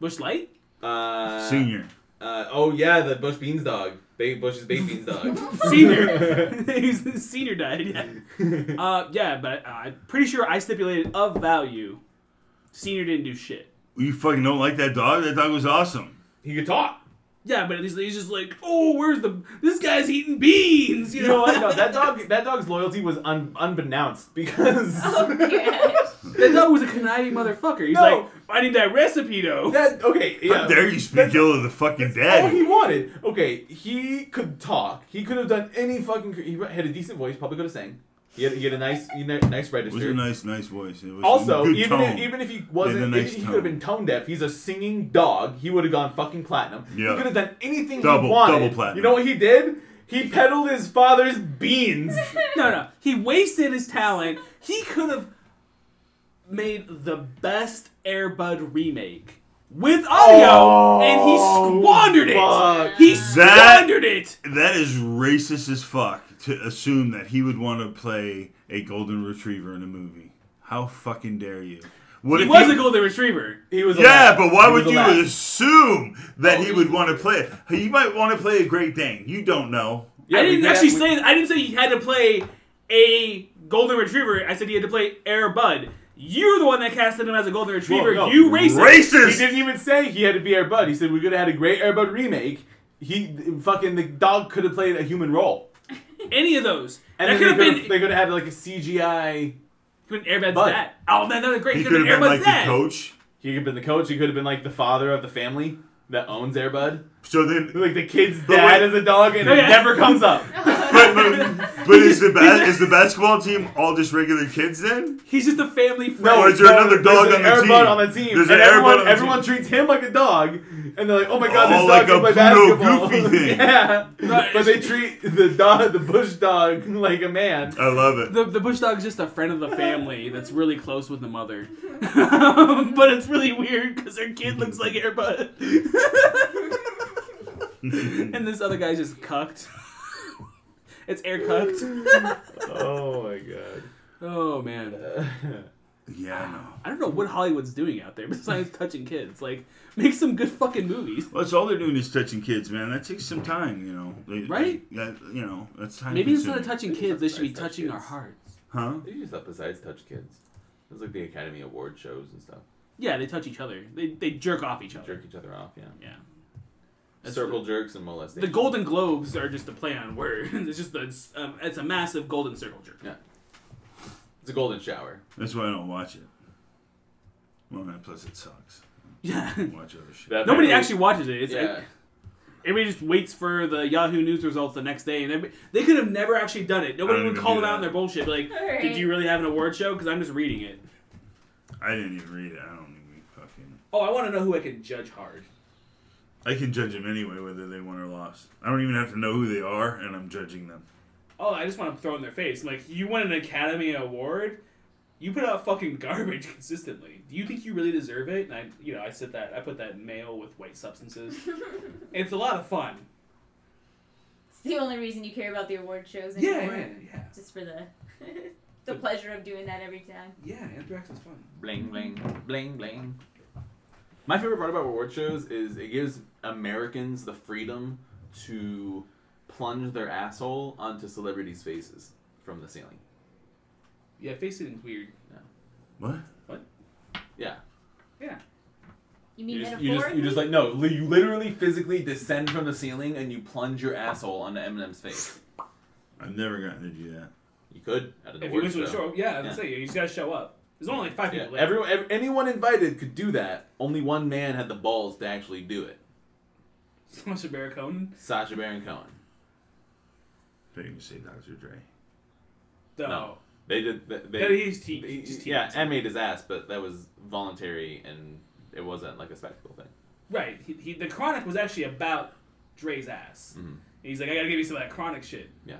S3: Bush Light?
S4: uh,
S2: Senior.
S4: Uh, oh yeah, the Bush Beans dog, ba- Bush's baked beans dog,
S3: Senior. He's- Senior died, yeah. Uh, yeah, but uh, I'm pretty sure I stipulated of value. Senior didn't do shit.
S2: You fucking don't like that dog? That dog was awesome.
S4: he could talk.
S3: Yeah, but he's, he's just like, oh, where's the. This guy's eating beans! You
S6: you
S3: know
S6: know what?
S3: what?
S6: No, that dog. That dog's loyalty was un- unbeknownst because
S5: Oh, gosh.
S3: that dog was a conniving motherfucker. He's
S6: No.
S3: like, I need that recipe, though.
S6: that. Okay,
S2: How
S6: yeah.
S2: dare you speak ill of the fucking
S6: All he
S2: dead?
S6: wanted. Okay, he could talk. He could have done any fucking. He had a decent voice. Probably could have sang. He had, he had a nice, he had a nice
S2: It was a
S6: register.
S2: nice, nice voice. It was
S6: Also,
S2: a good
S6: even
S2: tone.
S6: if, even if he wasn't,
S2: Yeah, the
S6: even
S2: nice
S6: if he could have been tone deaf. He's a singing dog. He would have gone fucking platinum.
S2: Yeah.
S6: He could have done anything
S2: Double-
S6: he wanted.
S2: double platinum.
S6: You know what he did? He peddled his father's beans.
S3: No, no. He wasted his talent. He could have made the best Airbud remake with audio, and he squandered
S6: fuck.
S3: it. He
S2: That-
S3: squandered it.
S2: that is racist as fuck to assume that he would want to play a golden retriever in a movie. How fucking dare you? What
S3: He was a golden retriever.
S6: He was.
S2: Yeah,
S6: allowed.
S2: but why
S6: He was
S2: would you
S6: allowed.
S2: assume that
S4: Oh,
S2: he
S4: he
S2: would
S4: was
S2: want to
S4: allowed.
S2: play it? He might want to play a Great Dane. You don't know.
S6: Yeah,
S3: I
S6: we
S3: didn't
S6: did-
S3: actually
S6: we-
S3: say. I didn't say he had to play a golden retriever. I said he had to play Airbud. You're the one that casted him as a golden retriever.
S6: no.
S3: You racist.
S6: He
S2: Racist.
S6: didn't even say he had to be Air Bud. He said we could have had a great Air Bud remake. He fucking the dog could have played a human role,
S3: Any of those.
S6: and then
S3: that could have
S6: they could
S3: been.
S6: have they could have had like a CGI.
S3: Couldn't Airbud's
S6: Bud.
S3: that. Oh, that, that was great.
S2: He
S3: could have been Airbud's
S2: been like
S3: that.
S2: the coach.
S6: He could have been the coach. He could have been like the father of the family that owns Air Bud.
S2: So then,
S6: Like the kid's
S2: But
S6: dad
S2: wait-
S6: is a dog, and
S3: No,
S6: it
S3: yeah.
S6: never comes up.
S2: but, but, but is the ba- is the basketball team all just regular kids then?
S3: He's just a family friend.
S2: Or is there another dog
S6: there's
S2: on
S6: an
S2: the
S6: Air
S2: team?
S6: Bud on the team.
S2: There's
S6: and
S2: an Air
S6: everyone,
S2: Bud on the
S6: everyone treats him like a dog, and they're like, "Oh my god,
S2: Oh,
S6: this
S2: like
S6: dog can
S2: a
S6: play
S2: Pluto
S6: basketball."
S2: Goofy thing.
S6: yeah,
S3: No,
S6: but
S3: it's-
S6: they treat the dog, the bush dog, like a man.
S2: I love it.
S3: The, the bush dog's just a friend of the family that's really close with the mother. but it's really weird because their kid looks like Airbud. and this other guy's just cucked. it's air cucked.
S6: Oh my god.
S3: oh man.
S2: yeah, I know.
S3: I don't know what Hollywood's doing out there besides touching kids. Like, make some good fucking movies.
S2: Well, it's all they're doing is touching kids, man. That takes some time, you know. They,
S3: Right?
S2: that, you know, that's time.
S3: Maybe instead of
S2: consuming.
S3: touching kids, they should be touching our hearts.
S2: huh?
S4: They use that besides touch kids. It was like the Academy Award shows and stuff.
S3: Yeah, they touch each other. They, they jerk off each other.
S4: Jerk each other off, yeah.
S3: Yeah. That's
S4: Circle jerks and molestation.
S3: The Golden Globes are just a play on words. It's just a, it's, um, it's a massive golden circle jerk.
S4: It's a golden shower.
S2: That's why I don't watch it. Well, man, plus it sucks.
S3: Yeah.
S2: Watch other shit.
S4: That
S3: Nobody
S4: apparently-
S3: actually watches it. It's,
S4: Yeah.
S3: everybody just waits for the Yahoo News results the next day, and everybody- they could have never actually done it.
S2: I
S3: Nobody
S2: don't
S3: would
S2: even
S3: call
S2: do
S3: them out
S2: that.
S3: on their bullshit. be Like,
S5: Alright.
S3: did you really have an award show? Because I'm just reading it.
S2: I didn't even read it. I don't even fucking.
S3: Oh, I want to know who I can judge hard.
S2: I can judge them anyway, whether they won or lost. I don't even have to know who they are, and I'm judging them.
S3: Oh, I just want to throw in their face. I'm like, you won an Academy Award. You put out fucking garbage consistently. Do you think you really deserve it? And I, you know, I said that. I put that in mail with white substances. it's a lot of fun.
S5: It's the only reason you care about the award shows
S3: Yeah,
S5: anymore.
S3: yeah, yeah.
S5: Just for the the pleasure of doing that every time.
S3: Yeah, Anthrax is fun.
S4: Bling bling bling bling. My favorite part about award shows is it gives Americans the freedom to plunge their asshole onto celebrities' faces from the ceiling.
S3: Yeah, face sitting's weird.
S2: What?
S4: Yeah.
S5: You mean
S4: You just,
S5: metaphorically?
S4: you just you just like no, li- you literally physically descend from the ceiling and you plunge your asshole onto Eminem's face.
S2: I've never gotten to do that.
S4: You could. I don't know
S3: if you
S4: where
S3: went
S4: to
S3: to a
S4: go.
S3: show, yeah,
S4: Yeah.
S3: that's it. You just gotta show up. There's only like five
S4: Yeah,
S3: people. there.
S6: every-
S4: everyone, ev- anyone invited could do that. Only one man had the balls to actually do it.
S3: Sasha Baron Cohen.
S4: Sasha Baron Cohen.
S2: Thought you were gonna say Dr. Dre.
S3: No,
S4: No. They did. They, they,
S3: that is tea.
S4: they-
S3: just tea.
S4: yeah, Em ate his ass, but that was voluntary and it wasn't like a spectacle thing.
S3: Right. He, he, the Chronic was actually about Dre's ass.
S4: Mhm.
S3: And he's like, I gotta give you some of that Chronic shit.
S4: Yeah. Uh,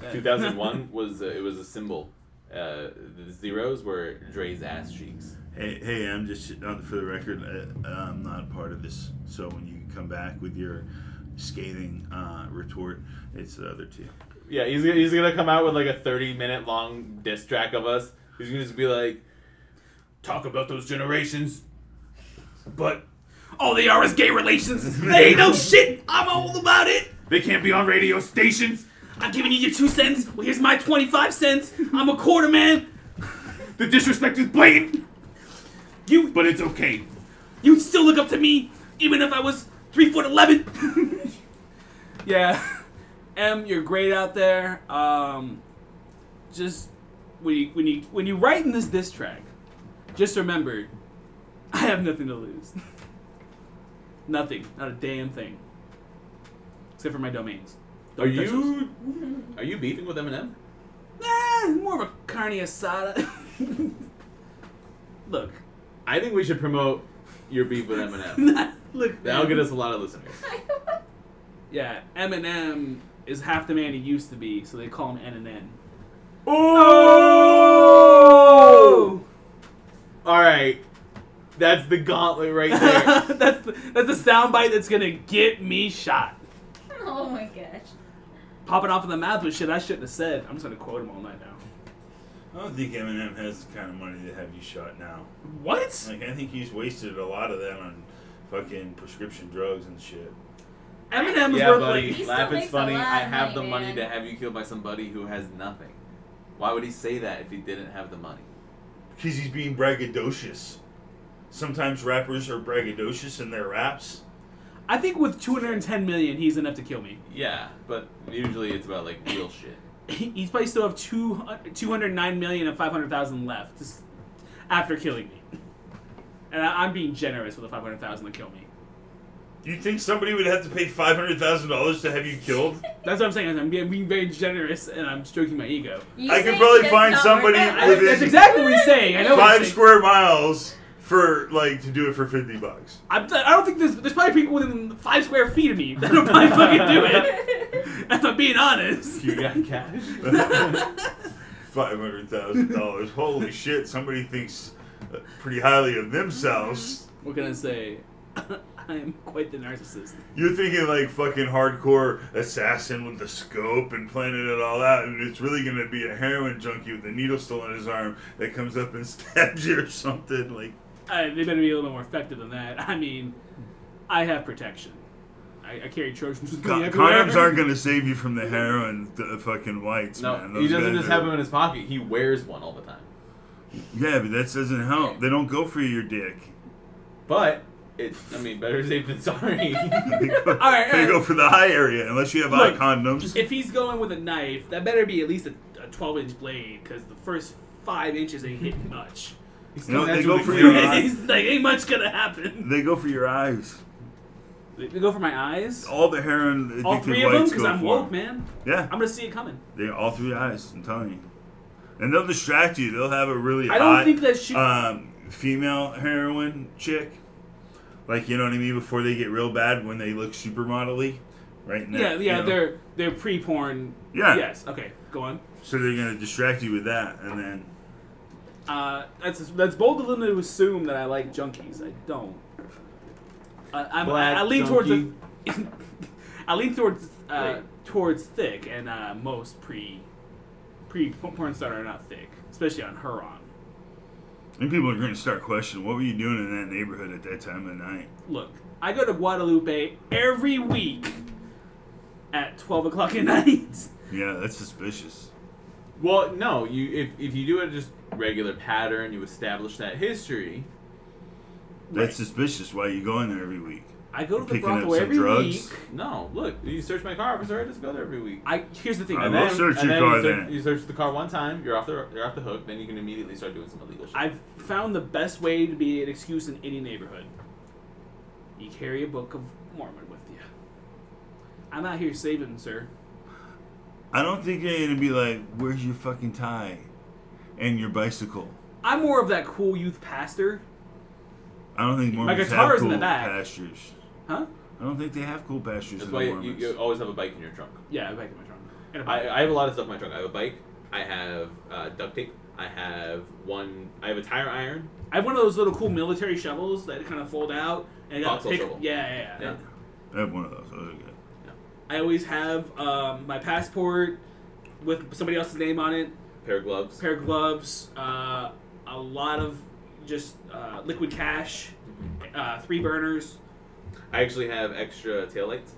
S3: That-
S4: 2001 was uh, it was a symbol. Uh, the zeros were Dre's ass cheeks.
S2: Hey, hey, I'm just uh, for the record, uh, I'm not a part of this. So when you come back with your scathing uh, retort, it's the other two.
S4: Yeah, he's, he's gonna come out with like a 30 minute long diss track of us. He's gonna just be like, talk about those generations, but
S3: All oh, they are is gay relations. they ain't no shit. I'm all about it.
S4: they can't be on radio stations.
S3: I'm giving you your two cents. Well, here's my 25 cents. I'm a quarter man.
S4: The disrespect is blatant,
S3: You,
S4: but it's okay.
S3: you still look up to me, even if I was three foot eleven. yeah, Em, you're great out there. Um, just when you when you when you write in this diss track, just remember, I have nothing to lose. nothing, not a damn thing, except for my domains.
S4: Are
S3: Don't touch those.
S4: you are you beefing with Eminem?
S3: Nah, more of a carne asada. Look,
S4: I think we should promote your beef with Eminem.
S3: look.
S4: That'll
S3: man.
S4: get us a lot of listeners.
S3: Yeah, Eminem is half the man he used to be, so they call him N and N.
S4: Oh! All right, that's the gauntlet right there.
S3: that's the, that's the soundbite that's gonna get me shot.
S5: oh my gosh.
S3: Popping off in the mouth with shit I shouldn't have said. I'm just gonna quote him all night now.
S2: I don't think Eminem has the kind of money to have you shot now.
S3: What?
S2: Like, I think he's wasted a lot of that on fucking prescription drugs and shit.
S3: Eminem was
S4: yeah,
S3: worth
S4: buddy,
S5: He
S3: like.
S5: still
S4: laugh is
S5: makes a
S4: funny.
S5: lot
S4: I
S5: of
S4: have
S5: money,
S4: the money
S5: man.
S4: to have you killed by somebody who has nothing. Why would he say that if he didn't have the money?
S2: Because he's being braggadocious. Sometimes rappers are braggadocious in their raps.
S3: I think with 210 million, he's enough to kill me.
S4: Yeah, but usually it's about like real shit.
S3: He's probably still have two, 209 million and 500,000 left just after killing me. And I, I'm being generous with the 500,000 to kill me.
S2: You think somebody would have to pay five hundred thousand dollars to have you killed?
S3: That's what I'm saying. I'm being, being very generous and I'm stroking my ego.
S5: You
S2: I could
S5: think
S2: probably
S5: that's
S2: find
S5: not
S2: somebody
S5: worth
S3: I,
S5: it?
S2: within-
S3: that's exactly what he's saying. I know. what
S2: Five
S3: he's saying.
S2: square miles for like to do it for fifty bucks.
S3: I'm, I don't think there's there's probably people within five square feet of me that'll probably fucking do it. If I'm being honest.
S4: You got cash?
S2: Five hundred thousand dollars. Holy shit! Somebody thinks uh, pretty highly of
S4: Mm-hmm.
S2: themselves.
S3: What can I say? I am quite the narcissist.
S2: You're thinking like fucking hardcore assassin with the scope and planning it all out, and it's really gonna be a heroin junkie with a needle still in his arm that comes up and stabs you or something. Like
S3: I, they better be a little more effective than that. I mean, I have protection. I, I carry Trojans with me
S2: con-
S3: everywhere.
S2: condoms aren't gonna save you from the heroin, the fucking whites,
S4: No,
S2: man.
S4: he
S2: Those
S4: doesn't
S2: guys
S4: just
S2: are-
S4: have them in his pocket. He wears one all the time.
S2: Yeah, but that doesn't help. They don't go for your dick.
S4: But it's, I mean, better safe than sorry.
S2: They go,
S3: All right,
S2: they
S3: all right.
S2: go for the high area unless you have eye
S3: Look,
S2: condoms.
S3: If he's going with a knife, that better be at least a, a 12 inch blade, because the first five inches ain't hitting much.
S4: He's
S2: You know,
S4: coming
S2: they
S4: at you
S2: go
S4: with a
S2: for
S4: clear
S2: your
S4: eye.
S2: eyes.
S3: It's like, ain't much gonna happen.
S2: They go for your eyes.
S3: They go for my eyes?
S2: All the heroin
S3: All
S2: addicted
S3: three of them?
S2: whites
S3: Because
S2: go
S3: I'm
S2: for.
S3: woke,
S2: 'em.
S3: man.
S2: Yeah,
S3: I'm gonna see it coming.
S2: they all three eyes. I'm telling you, and they'll distract you. They'll have a really
S3: I uh, don't
S2: hot
S3: think that she.
S2: um, female heroin chick, like you know what I mean, before they get real bad when they look supermodel-y, right? Now,
S3: yeah, yeah,
S2: you know?
S3: they're they're pre-porn.
S2: Yeah.
S3: Yes. Okay, go on.
S2: So they're gonna distract you with that, and then
S3: Uh, that's that's bold of them to assume that I like junkies. I don't. I, I'm,
S4: Black
S3: I, lean towards. The,
S4: junkie.
S3: I lean towards uh,
S4: Wait.
S3: towards thick, and uh, most pre pre porn star are not thick, especially on her on.
S2: and people are gonna start questioning what were you doing in that neighborhood at that time of night.
S3: Look, I go to Guadalupe every week at twelve o'clock at night.
S2: Yeah, that's suspicious.
S4: Well, no, you if if you do it just regular pattern, you establish that history.
S2: That's suspicious. Why you go in there every week?
S3: I go to the
S2: Picking up
S3: brothel
S2: some
S3: every
S2: drugs?
S3: week.
S4: No, look, you search my car officer. I just go there every week.
S3: I here's the thing.
S2: I
S3: I've,
S2: will
S4: then,
S2: search
S4: and
S2: your
S4: then
S2: car
S4: you search,
S2: then.
S4: You search the car one time, you're off the you're off the hook. Then you can immediately start doing some illegal shit.
S3: I've found the best way to be an excuse in any neighborhood. You carry a Book of Mormon with you. I'm out here saving, sir.
S2: I don't think they're gonna be like, "Where's your fucking tie, and your bicycle?"
S3: I'm more of that cool youth pastor,
S2: I don't think Mormons
S3: guitar
S2: have
S3: is in
S2: cool
S3: the back.
S2: pastures.
S3: huh?
S2: I don't think they have cool pastures
S4: That's
S2: in
S4: why
S2: the
S4: you, you,
S2: Mormons.
S4: always have a bike in your trunk.
S3: Yeah, I'm back in my trunk. And a
S4: I,
S3: Bible.
S4: I have a lot of stuff in my trunk. I have a bike. I have uh, duct tape. I have one. I have a tire iron.
S3: I have one of those little cool military shovels that kind of fold out and I got
S4: Boxel
S3: pick-
S4: shovel.
S3: Yeah, yeah, yeah.
S4: Yeah.
S2: I have one of those. Those are good.
S3: I always have um, my passport with somebody else's name on it,
S4: pair of gloves.
S3: pair of gloves, uh, a lot of just uh, liquid cash, uh, three burners.
S4: I actually have extra taillights.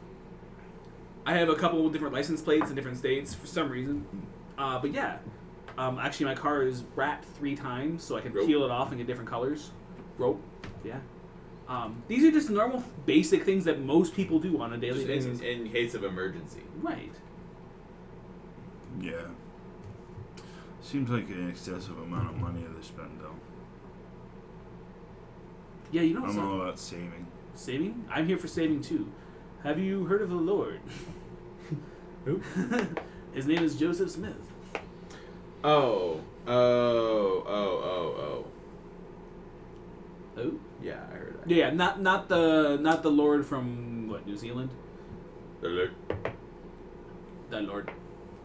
S3: I have a couple of different license plates in different states for some reason. Uh, but yeah, um, actually, my car is wrapped three times so I can
S4: Rope.
S3: peel it off and get different colors. Rope, yeah. Um, these are just normal, basic things that most people do on a daily
S4: Just
S3: basis.
S4: in, in case of emergency.
S3: Right.
S2: Yeah. Seems like an excessive amount of money to spend, though.
S3: Yeah, you know what's
S2: I'm
S3: not
S2: all about saving.
S3: saving? I'm here for saving too. Have you heard of the Lord?
S4: Who?
S3: His name is Joseph Smith.
S4: Oh, oh, oh, oh,
S3: Oh.
S4: oh. Yeah, I heard that.
S3: Yeah, not not the not the Lord from what New Zealand.
S4: The Lord,
S3: The Lord.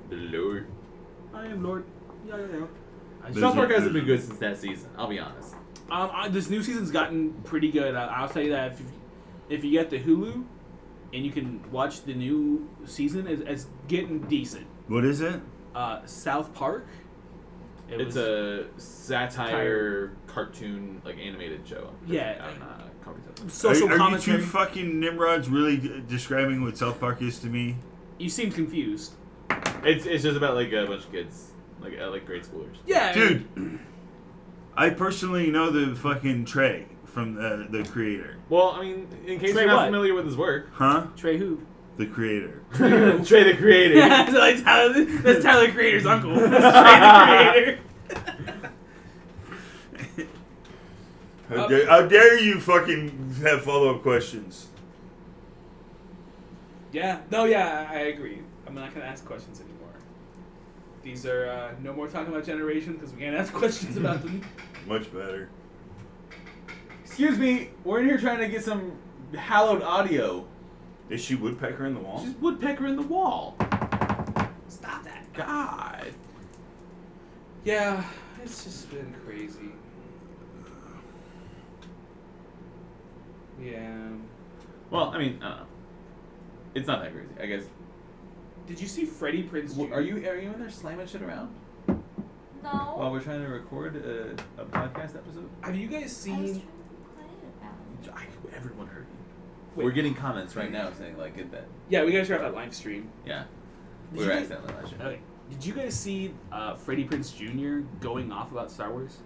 S4: the Lord.
S3: I am Lord. Yeah, yeah, yeah. I
S2: There's
S4: South
S2: a-
S4: Park hasn't been good since that season. I'll be honest.
S3: Um, I, this new season's gotten pretty good. I, I'll tell you that if you, if you get the Hulu, and you can watch the new season, it's, it's getting decent.
S2: What is it?
S3: Uh, South Park. It
S4: It's
S3: was-
S4: a satire cartoon, like animated show.
S3: Yeah.
S4: I'm not comfortable.
S3: social
S2: are, are
S3: commentary.
S2: you two fucking nimrods really d- describing what South Park is to me?
S3: you seem confused.
S4: It's it's just about like a bunch of kids, like uh, like grade schoolers.
S3: Yeah,
S2: Dude, I personally know the fucking Trey from the, the creator.
S4: Well, I mean, in case
S3: Trey
S4: you're not
S3: what?
S4: familiar with his work,
S2: Huh?
S3: Trey who?
S2: The creator.
S4: Trey the Creator.
S3: so like Tyler, that's Tyler the Creator's uncle. That's Trey the Creator.
S2: How
S3: Up.
S2: dare, how dare you fucking have follow up questions?
S3: Yeah. No. Yeah. I I agree. I'm not gonna ask questions anymore. These are uh, no more talking about generation because we can't ask questions about them.
S2: Much better.
S4: Excuse me, we're in here trying to get some hallowed audio.
S2: Is she woodpecker in the wall?
S4: She's woodpecker in the wall.
S3: Stop that.
S4: God.
S3: Yeah, it's just been crazy. Yeah.
S4: Well, I mean, I don't know. It's not that crazy, I guess.
S3: Did you see Freddie Prince Jr.?
S4: W- Are you are you in there slamming shit around while
S5: No.
S4: we're trying to record a, a podcast episode?
S3: Have you guys
S5: I was
S3: seen?
S4: I, everyone heard you.
S3: Wait.
S4: We're getting comments right now saying like, "Get that."
S3: Yeah, we guys are at that live stream.
S4: Yeah,
S3: Did
S4: we
S3: you
S4: were
S3: guys-
S4: accidentally last year.
S3: Okay. Did you guys see uh, Freddie Prince Jr. going off about Star Wars?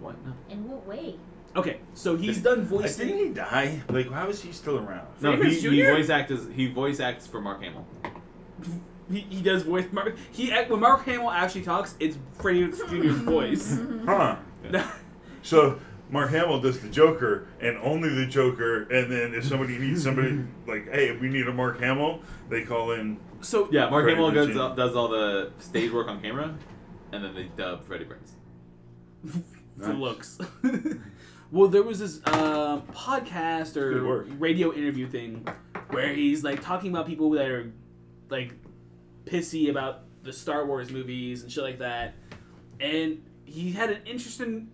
S4: What? No.
S5: In what way?
S3: Okay, so he's done voicing.
S2: Didn't he die? Like, how is he still around?
S3: No,
S4: No,
S3: Freddie
S4: he,
S3: Prinze
S4: he
S3: Jr.?
S4: voice acts. He voice acts for Mark Hamill.
S3: He, he does voice. Mark, he act- when Mark Hamill actually talks, it's Freddie Prinze Jr.'s voice.
S2: Huh.
S3: No,
S2: So Mark Hamill does the Joker and only the Joker, and then if somebody needs somebody, like, hey, we need a Mark Hamill, they call in.
S3: so
S4: Yeah, Mark
S2: Freddie
S4: Hamill
S2: Prinze
S4: goes,
S2: Jr.
S4: all- does all the stage work on camera, and then they dub Freddie Prince.
S3: for
S2: Nice.
S3: looks. well, there was this uh, podcast
S2: Good
S3: or
S2: work.
S3: radio interview thing where he's like talking about people that are like pissy about the Star Wars movies and shit like that, and he had an interesting,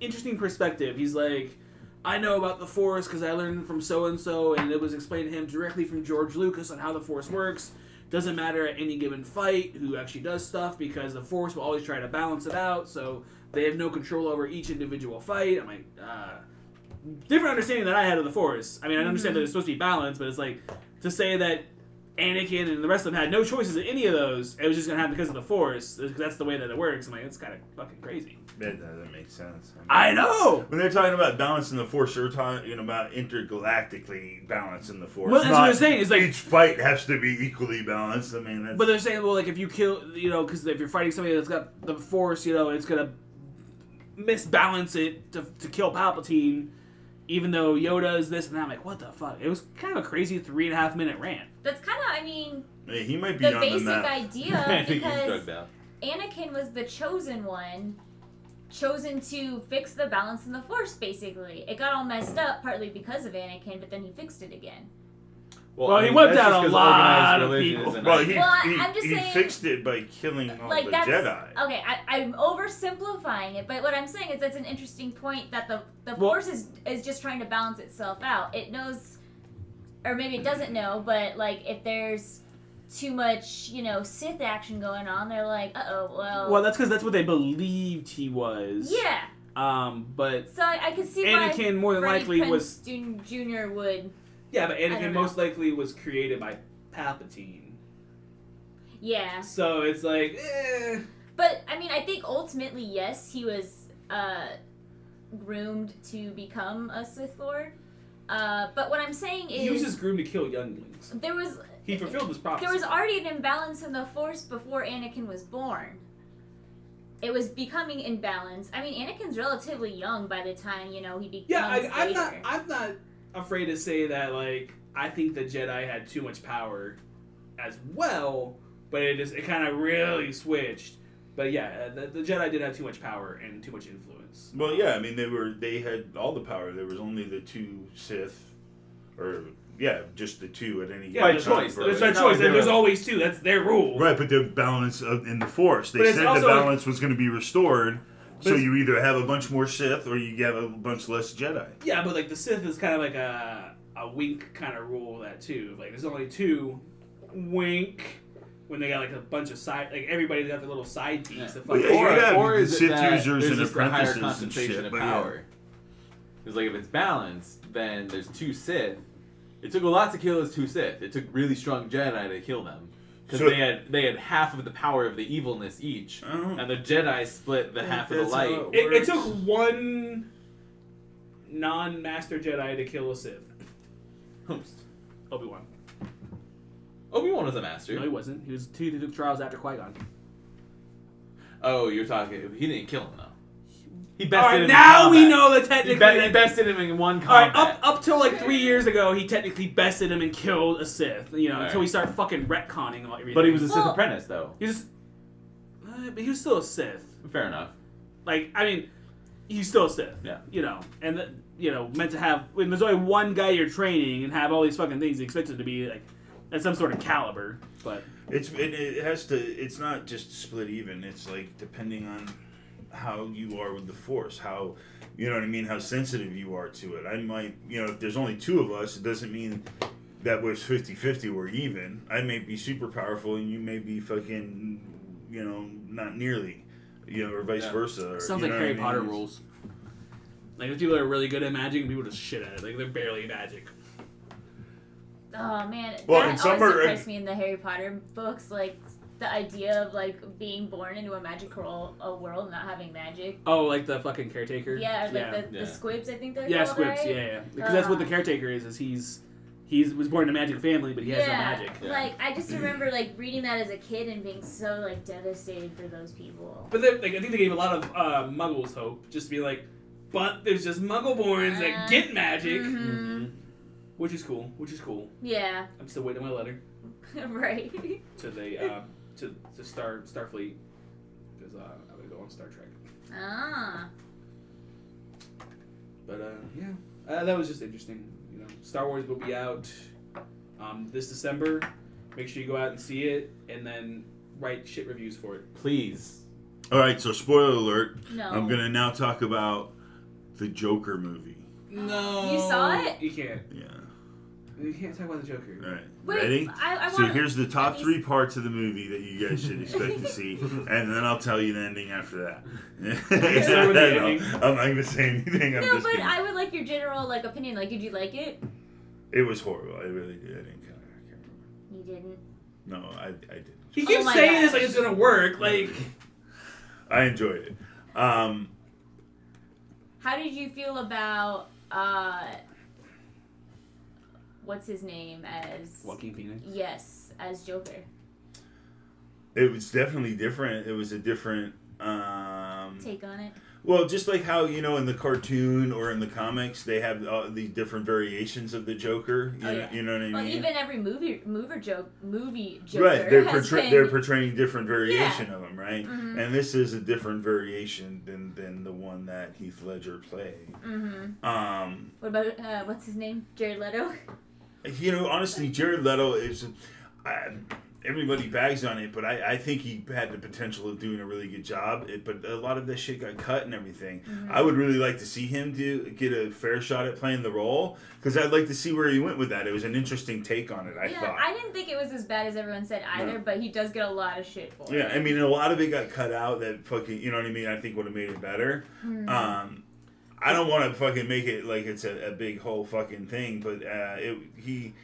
S3: interesting perspective. He's like. I know about the Force because I learned from so and so, and it was explained to him directly from George Lucas on how the Force works. Doesn't matter at any given fight who actually does stuff because the Force will always try to balance it out, so they have no control over each individual fight. I'm like, uh, Mm-hmm. different understanding that I had of the Force. I mean, I understand that it's supposed to be balanced, but it's like to say that Anakin and the rest of them had no choices in any of those. It was just gonna happen because of the Force. That's the way that it works. I'm like, that's kind of fucking crazy.
S2: That doesn't make sense.
S3: I know.
S2: When they're talking about balancing the force, they're talking about intergalactically balancing the force.
S3: Well, that's what
S2: not
S3: I'm saying, it's like-
S2: each fight has to be equally balanced. I mean, that's,
S3: But they're saying, well, like if you kill, you know, because if you're fighting somebody that's got the Force, you know, it's gonna misbalance it to, to kill Palpatine. Even though Yoda is this and that, I'm like, what the fuck? It was kind of a crazy three and a half minute rant.
S5: That's kind of, I mean,
S2: Hey, he might be
S5: the
S2: on the
S5: basic
S2: map.
S5: idea
S6: think he's
S5: because
S6: drugged out.
S5: Anakin was the chosen one, chosen to fix the balance in the Force. Basically, it got all messed up partly because of Anakin, but then he fixed it again.
S3: Well,
S6: I
S3: he
S6: mean,
S3: whipped
S6: that's
S3: out
S6: just
S3: a
S6: 'cause organized
S3: lot of
S6: religion
S3: people.
S6: isn't
S2: Well,
S6: a-
S2: he,
S5: Well, I-
S2: he,
S5: I'm just
S2: he
S5: saying-
S2: fixed it by killing all
S5: like
S2: Oh, the
S5: that's
S2: Jedi.
S5: okay. I, I'm oversimplifying it, but what I'm saying is that's an interesting point that the the
S3: Well-
S5: force is is just trying to balance itself out. It knows, or maybe it doesn't know, but like if there's too much, you know, Sith action going on, they're like, uh oh, well,
S3: Well, that's because that's what they believed he was.
S5: yeah.
S3: Um, but
S5: So I, I can see why
S3: Anakin more than
S5: Freddie
S3: likely
S5: Prinze
S3: was
S5: Jun- Jr. would,
S3: yeah, but
S5: I
S3: Anakin
S5: don't know.
S3: most likely was created by Palpatine.
S5: yeah.
S3: So it's like, eh.
S5: But I mean, I think ultimately, yes, he was uh, groomed to become a Sith Lord. Uh, but what I'm saying is,
S3: he was just groomed to kill younglings.
S5: there was
S3: He fulfilled his prophecy.
S5: there was already an imbalance in the Force before Anakin was born. It was becoming imbalance. I mean, Anakin's relatively young by the time you know he becomes.
S3: yeah, I, I'm not.
S5: Vader.
S3: I'm not afraid to say that. Like, I think the Jedi had too much power, as well. But it just it kind of really switched. But yeah, uh, the, the Jedi did have too much power and too much influence.
S2: Well, yeah, I mean they were they had all the power. There was only the two Sith, or yeah, just the two at any
S3: Yeah,
S2: given
S3: by
S2: time
S6: choice,
S2: for-
S6: though.
S3: It's their
S6: It's not like
S3: choice.
S6: they
S3: There's
S6: were-
S3: always two. That's their rule.
S2: Right, but the balance of, in the Force. They
S3: But it's
S2: said the
S3: also like-
S2: balance was going to be restored, so
S3: it's-
S2: you either have a bunch more Sith or you have a bunch less Jedi.
S3: Yeah, but like the Sith is kind of like a a wink kind of rule of that too. Like there's only two wink when they got like a bunch of side like everybody's got their little side piece.
S4: Yeah.
S3: That
S2: Well,
S3: fucking-
S2: yeah,
S3: or,
S2: you're gonna have
S4: or is
S2: Sith
S4: it that
S2: users
S4: there's
S2: and
S4: just a higher
S2: apprentices and
S4: concentration
S2: shit,
S4: of
S2: but yeah.
S4: power? Because like if it's balanced, then there's two Sith. It took a lot to kill those two Sith. It took really strong Jedi to kill them because
S2: So-
S4: they had they had half of the power of the evilness each,
S2: I don't-
S4: and the Jedi split the
S2: Yeah,
S4: half of the
S2: that's how
S4: light.
S2: it
S3: it, it
S2: works.
S3: took one non-master Jedi to kill a Sith.
S4: Host.
S3: Obi Wan.
S4: Obi Wan was a master.
S3: No, he wasn't. He was two who took trials after Qui Gon.
S4: Oh, you're talking. He didn't kill him though. He bested
S3: All
S4: him.
S3: right,
S4: in
S3: now we
S4: combat.
S3: know that
S4: He,
S3: technically.
S4: be- he bested him in one
S3: all right,
S4: combat.
S3: up up till like three years ago, he technically bested him and killed a Sith. You know,
S4: All
S3: until
S4: right.
S3: we start fucking retconning all everything.
S4: but he was a Sith
S5: Well-
S4: apprentice though.
S3: He was, uh, but he was still a Sith.
S4: Fair enough.
S3: Like, I mean, he's still a Sith.
S4: Yeah.
S3: You know, and the, you know, meant to have when there's only one guy you're training and have all these fucking things expected to be like at some sort of caliber. But
S2: It's it, it has to. It's not just split even. It's like depending on how you are with the force, how you know what I mean, how sensitive you are to it. I might, you know, if there's only two of us, it doesn't mean that was 50-50 or even. I may be super powerful and you may be fucking, you know, not nearly, you know, or vice
S4: Yeah.
S2: versa. Or, you
S3: sounds like
S2: know what
S3: Harry
S2: I mean?
S3: Potter
S2: It's-
S3: rules. Like the people that are really good at magic and people just shit at it. Like they're barely magic.
S5: Oh man,
S2: Well,
S5: that
S2: and some
S5: always
S2: are-
S5: impressed me in the Harry Potter books, like the idea of like being born into a magical a world, not having magic.
S3: Oh, like the fucking caretaker.
S5: Yeah, or, like
S3: yeah.
S5: the,
S4: yeah.
S5: the squibs, I think they're
S3: yeah,
S5: called,
S3: squibs.
S5: right?
S3: Yeah, yeah. Because that's what the
S5: Uh.
S3: caretaker is. Is he's he's was born in a magic family, but he has no magic.
S4: Yeah.
S5: Like I just remember like reading that as a kid and being so like devastated for those people.
S3: But then, like, I think they gave a lot of uh, muggles hope, just to be like, but there's just muggleborns that
S5: Uh,
S3: get magic,
S5: Mhm.
S2: Mm-hmm.
S3: which is cool. Which is cool.
S5: Yeah,
S3: I'm still waiting on my letter
S5: right.
S3: to the uh, to to Star Starfleet because uh, I'm gonna go on Star Trek.
S5: ah,
S3: But uh, yeah, uh, that was just interesting. You know, Star Wars will be out um, this December. Make sure you go out and see it, and then write shit reviews for it.
S4: Please.
S2: All right, so spoiler alert.
S5: no.
S2: I'm gonna now talk about the Joker movie.
S3: No,
S5: You saw it?
S3: You can't.
S2: Yeah.
S3: You can't talk about the Joker.
S2: All right.
S5: Wait,
S2: Ready?
S5: I, I
S2: So
S5: want.
S2: here's the top
S5: least-
S2: three parts of the movie that you guys should expect to see, and then I'll tell you the ending after that.
S3: start with the
S2: No,
S3: ending.
S2: I'm not gonna say anything. I'm
S5: no,
S2: just
S5: but
S2: kidding.
S5: I would like your general like opinion. Like, did you like it?
S2: It was horrible. I really did. I didn't care. I can't remember.
S5: You didn't.
S2: No, I, I did.
S3: He
S5: Oh
S3: keeps
S5: my
S3: saying this
S5: gosh.
S3: like it's gonna work. Like
S2: I enjoyed it. Um,
S5: How did you feel about uh, what's his name as
S3: Joaquin Phoenix.
S5: yes as Joker?
S2: it was definitely different. It was a different. Um,
S5: Take on it.
S2: Well, just like how you know in the cartoon or in the comics, they have uh, the different variations of the Joker. You,
S5: Oh,
S2: know,
S5: yeah.
S2: you know what I mean?
S5: Well, even every movie mover joke movie Joker
S2: right, they're
S5: has
S2: portray-
S5: been- Mm-hmm.
S2: they're portraying different variation of him, right? And this is a different variation than than the one that Heath Ledger played.
S5: Mhm.
S2: Um,
S5: What about uh, what's his name? Jared Leto.
S2: you know, honestly, Jared Leto is. I, everybody bags on it, but I, I think he had the potential of doing a really good job. It, but a lot of that shit got cut and everything.
S5: Mm-hmm.
S2: I would really like to see him do get a fair shot at playing the role because I'd like to see where he went with that. It was an interesting take on it. I
S5: yeah,
S2: thought.
S5: I didn't think it was as bad as everyone said either, but he does get a lot of shit for
S2: yeah,
S5: it.
S2: I mean, a lot of it got cut out. That fucking, you know what I mean. I think would have made it better.
S3: Hmm.
S2: Um, I don't want to fucking make it like it's a, a big whole fucking thing, but uh, it he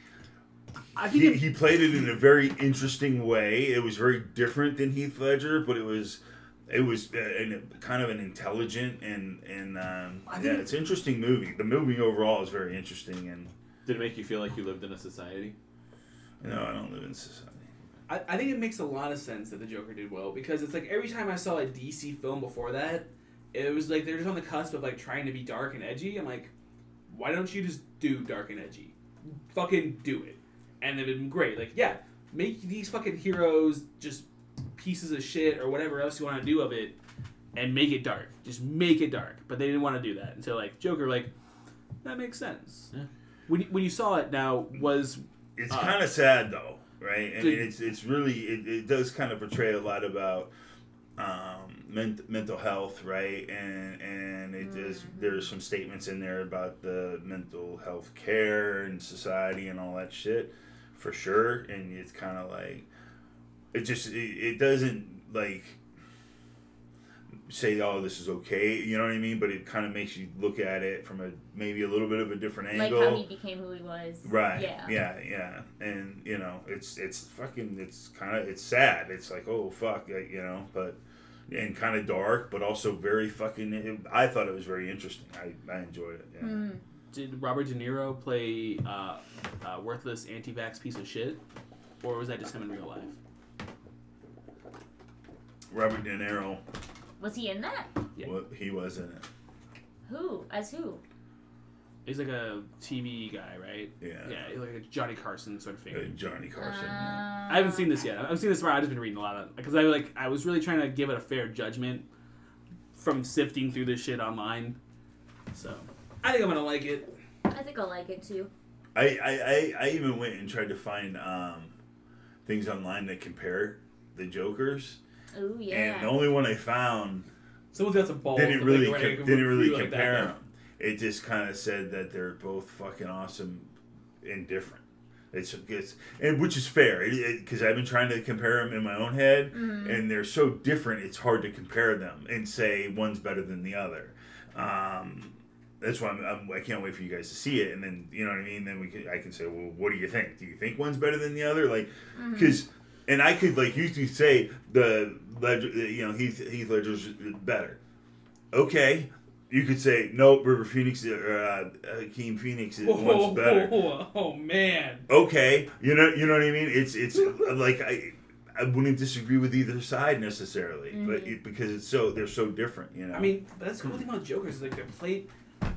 S3: I think
S2: he,
S3: it,
S2: he played it in a very interesting way. It was very different than Heath Ledger, but it was it was uh, an, kind of an intelligent and and um,
S3: I
S2: yeah,
S3: think-
S2: it's an interesting movie. The movie overall is very interesting, and
S4: Did it make you feel like you lived in a society?
S2: no, I don't live in society.
S3: I, I think it makes a lot of sense that the Joker did well because it's like every time I saw a DC film before that, it was like they're just on the cusp of like trying to be dark and edgy. I'm like, why don't you just do dark and edgy? Fucking do it. And they've been great. Like, yeah, make these fucking heroes just pieces of shit or whatever else you want to do of it and make it dark. Just make it dark. But they didn't want to do that. And so, like, Joker, like, that makes sense.
S4: Yeah.
S3: When, you- when you saw it now, was
S2: It's
S3: Uh,
S2: kind of sad though, right? I
S3: Dude.
S2: mean, it's it's really it, it does kind of portray a lot about um, men- mental health, right? And and it does
S5: Mm-hmm.
S2: there's some statements in there about the mental health care and society and all that shit, for sure. And it's kind of like it just it, it doesn't like say oh this is okay you know what i mean but it kind of makes you look at it from a maybe a little bit of a different
S5: like
S2: angle
S5: how he became who he was.
S2: Right.
S5: Yeah.
S2: Yeah. yeah. And you know, it's it's fucking it's kind of it's sad. It's like oh fuck, like, you know, but and kind of dark, but also very fucking. It, I thought it was very interesting. I, I enjoyed it. Yeah.
S5: Mm.
S3: Did Robert De Niro play uh, a worthless anti-vax piece of shit, or was that just him in real life?
S2: Robert De Niro,
S5: Was he in that?
S3: Yeah.
S2: what he was in it.
S5: Who as who?
S3: He's like a TV guy, right?
S2: Yeah.
S3: Yeah, he's like a Johnny Carson sort of
S2: Uh,
S3: figure.
S2: Johnny Carson. yeah.
S5: Uh,
S3: I haven't seen this yet. I've seen this tomorrow. I've just been reading a lot of because I like I was really trying to give it a fair judgment from sifting through this shit online. So I think I'm gonna like it.
S5: I think I'll like it too.
S2: I, I, I I even went and tried to find um things online that compare the Jokers,
S5: Oh
S2: and the
S5: yeah.
S2: only one I found
S3: Someone's got some balls.
S2: didn't
S3: to
S2: really
S3: think, right,
S2: co- didn't really
S3: like that.
S2: compare them. It just kind of said that they're both fucking awesome and different. It's, it's and which is fair because I've been trying to compare them in my own head, and they're so different. It's hard to compare them and say one's better than the other. Um, that's why I'm, I'm, I can't wait for you guys to see it, and then you know what I mean. Then we can, I can say, well, what do you think? Do you think one's better than the other? Like, because and I could like usually say the ledger, you know, Heath Heath Ledger's better. Okay, you could say no, River Phoenix or uh, Hakeem Phoenix is
S3: Whoa,
S2: one's better
S3: whoa, whoa, oh man.
S2: okay you know you know what i mean it's it's uh, like i i wouldn't disagree with either side necessarily but it, because it's so they're so different you know
S3: I mean, but that's the cool thing about Jokers is like they're played.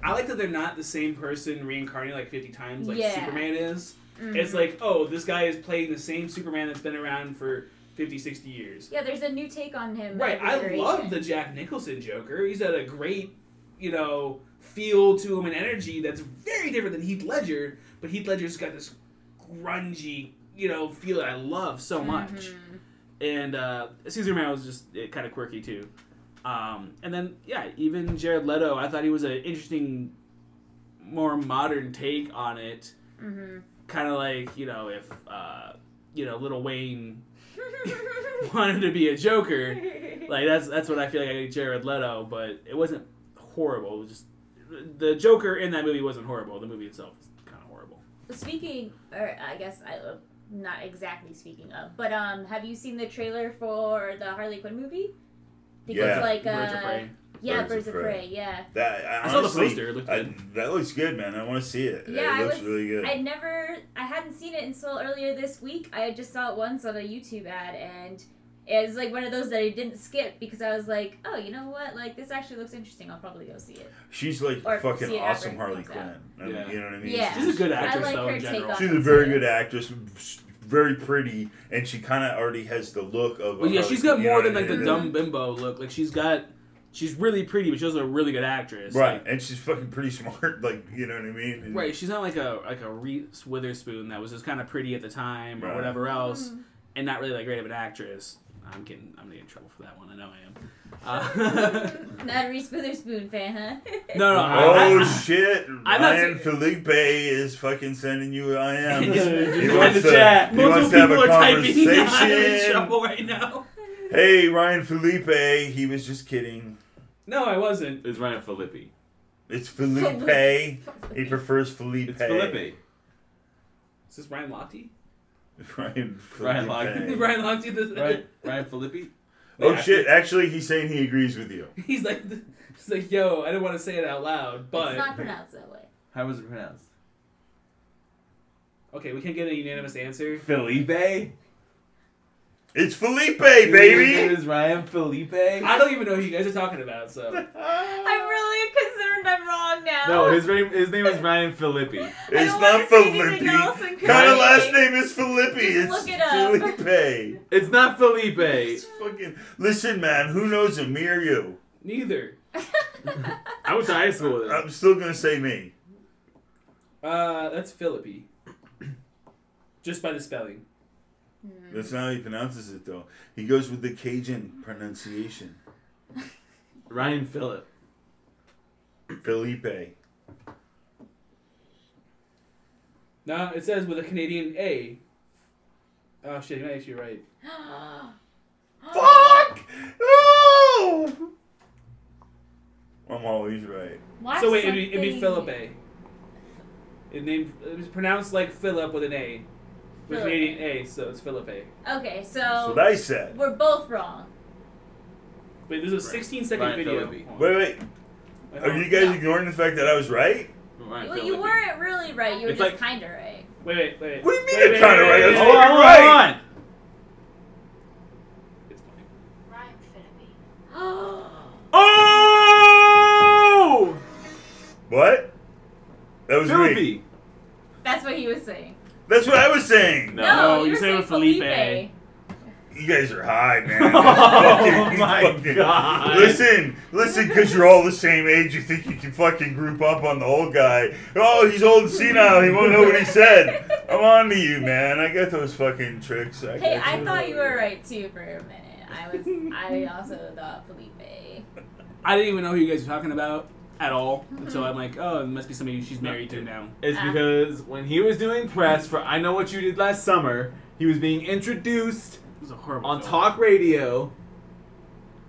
S3: I like that they're not the same person reincarnated like fifty times like
S5: Yeah. Mm-hmm.
S3: Superman is.
S5: Mm.
S3: It's like, oh, this guy is playing the same Superman that's been around for 50, 60 years.
S5: Yeah, there's a new take on him.
S3: Right.
S5: every
S3: I
S5: iteration.
S3: love the Jack Nicholson Joker. He's got a great, you know, feel to him and energy that's very different than Heath Ledger. But Heath Ledger's got this grungy, you know, feel that I love so much
S5: Mhm.
S3: and uh, Caesar Romero was just kind of quirky too. Um, and then yeah, even Jared Leto, I thought he was an interesting, more modern take on it.
S5: Mhm.
S3: Kind of like you know if uh, you know Little Wayne
S5: Mm-hmm.
S3: wanted to be a Joker, like that's that's what I feel like I get Jared Leto, but it wasn't horrible. It was just the Joker in that movie wasn't horrible. The movie itself was kind of horrible.
S5: Speaking, or I guess I, not exactly speaking of, but um, have you seen the trailer for the Harley Quinn movie? I think
S2: Yeah,
S5: it's like
S3: Birds
S5: uh,
S3: of Prey.
S5: yeah,
S2: Birds of
S5: Birds, of
S2: Prey.
S5: Prey. Yeah,
S2: That I,
S3: I saw the
S2: honestly,
S3: poster, it looked
S2: I-
S3: good.
S2: that looks good, man. I want to see it.
S5: Yeah,
S2: it
S5: I
S2: looks
S5: was-
S2: really good.
S5: I'd never, I hadn't seen it until earlier this week. I just saw it once on a YouTube ad, and it was like one of those that I didn't skip because I was like, oh, you know what? Like this actually looks interesting. I'll probably go see it.
S2: She's like
S5: Or
S2: fucking
S5: see it
S2: awesome
S5: after it
S2: Harley
S5: comes
S2: Quinn. I mean,
S3: Yeah.
S2: You know what I mean?
S5: Yeah.
S3: She's a good actress
S5: like
S3: though
S5: her
S3: in
S5: take
S3: general.
S5: on-
S2: She's a very good actress, very pretty, and she kind of already has the look of. a
S3: But yeah,
S2: Harley
S3: she's got
S2: Quinn, you
S3: more
S2: know
S3: than
S2: what
S3: like
S2: I
S3: the
S2: mean?
S3: dumb bimbo look. Like she's got, she's really pretty, but she's also a really good actress.
S2: Right,
S3: Like,
S2: and she's fucking pretty smart. Like you know what I mean? And-
S3: right. She's not like a like a Reese Witherspoon that was just kind of pretty at the time or
S2: Right.
S3: whatever else,
S5: Mhm.
S3: and not really that great of an actress. I'm getting I'm gonna get in trouble for that one. I know I am. Uh,
S5: Not a Reese Witherspoon fan, huh?
S3: no, no. I,
S2: Oh
S3: I-
S2: shit!
S3: not
S2: Ryan
S3: saying-
S2: Felipe is fucking sending you. I am.
S3: He just-
S2: He
S3: just
S2: wants
S3: joined the
S2: to-
S3: chat.
S2: he wants
S3: Multiple
S2: to have
S3: people
S2: a
S3: are typing. I'm in
S2: conversation.
S3: trouble right now.
S2: hey, Ryan Felipe. He was just kidding.
S3: No, I wasn't.
S4: It's Ryan Filippi.
S2: It's Felipe. he prefers Felipe.
S4: It's Filippi.
S3: Is this Ryan Lochte?
S2: Ryan.
S4: Ryan
S2: Felipe.
S3: Ryan Lochte. The,
S4: Right? Ryan Filippi?
S2: Oh
S3: Yeah.
S2: shit! Actually, he's saying he agrees with you.
S3: He's like, he's like, yo, I didn't want to say it out loud, but
S5: it's not pronounced that way.
S4: How was it pronounced?
S3: okay, we can't get a unanimous answer.
S4: Felipe?
S2: It's Felipe, baby.
S4: It is Ryan Felipe.
S3: I don't even know who you guys are talking about, so
S5: I'm really concerned I'm wrong now.
S4: No, his name, his name is Ryan Filippi.
S5: I
S2: It's
S5: don't wanna
S2: not
S5: say anything else
S2: Felipe.
S5: and
S2: Kind of
S5: correct
S2: last
S5: it.
S2: name is Felipe.
S5: Just
S2: It's
S5: look it up.
S2: Felipe.
S4: It's not Felipe.
S2: It's fucking. Listen, man. Who knows him? Me or you?
S3: neither.
S4: I went to high school with him.
S2: I'm still gonna say me.
S3: Uh, that's Philippi. Just by the spelling.
S2: That's not how he pronounces it, though. He goes with the Cajun pronunciation.
S4: Ryan Phillip.
S2: Felipe.
S3: No, it says with a Canadian A. Oh shit, you might actually be right.
S2: Fuck! Oh! I'm always right.
S5: Watch
S3: so wait, it'd be, it'd be
S5: something.
S3: Philippe. It named it was pronounced like Philip with an A, with a
S5: Philip.
S3: Canadian A, so it's Philippe.
S5: Okay,
S2: That's
S5: so
S2: what I said.
S5: we're both wrong.
S3: Wait, there's a 16 second
S4: Ryan
S3: video.
S4: Philippi.
S3: Hold on.
S2: Wait, wait.
S3: Wait, hold
S2: Are
S3: on.
S2: you guys ignoring the fact that I was right?
S4: Ryan
S5: Well, you
S4: Philippi.
S5: weren't really right. You were
S4: It's
S5: just
S4: like-
S5: kind of right.
S3: Wait, wait, wait.
S2: What do you mean I'm
S3: Wait, wait,
S2: kinda right?
S3: wait, wait,
S2: That's
S3: wait,
S4: Hold
S2: all
S3: wait.
S4: on,
S2: You're
S4: hold
S2: right.
S4: on.
S3: It's fine.
S7: Ryan Finnaby.
S4: Oh!
S2: What? That was me.
S4: Philippi.
S5: That's what he was saying.
S2: That's what I was saying.
S4: No.
S3: No,
S5: you
S3: you
S5: were
S3: said
S5: saying
S3: with Felipe.
S5: Felipe.
S2: You guys are high, man.
S4: Oh
S2: Fucking-
S4: my
S2: fucking-
S4: God.
S2: Listen, listen, because you're all the same age, you think you can fucking group up on the old guy. Oh, he's old and senile. He won't know what he said. I'm on to you, man. I got those fucking tricks. I
S5: Hey,
S2: got
S5: I thought you were right too for a minute. I was. I also thought Felipe.
S3: I didn't even know who you guys were talking about at all until I'm like, oh, it must be somebody she's married to now.
S4: It's
S5: Ah.
S4: because when he was doing press for I Know What You Did Last Summer, he was being introduced
S3: It was a horrible.
S4: on
S3: film.
S4: talk radio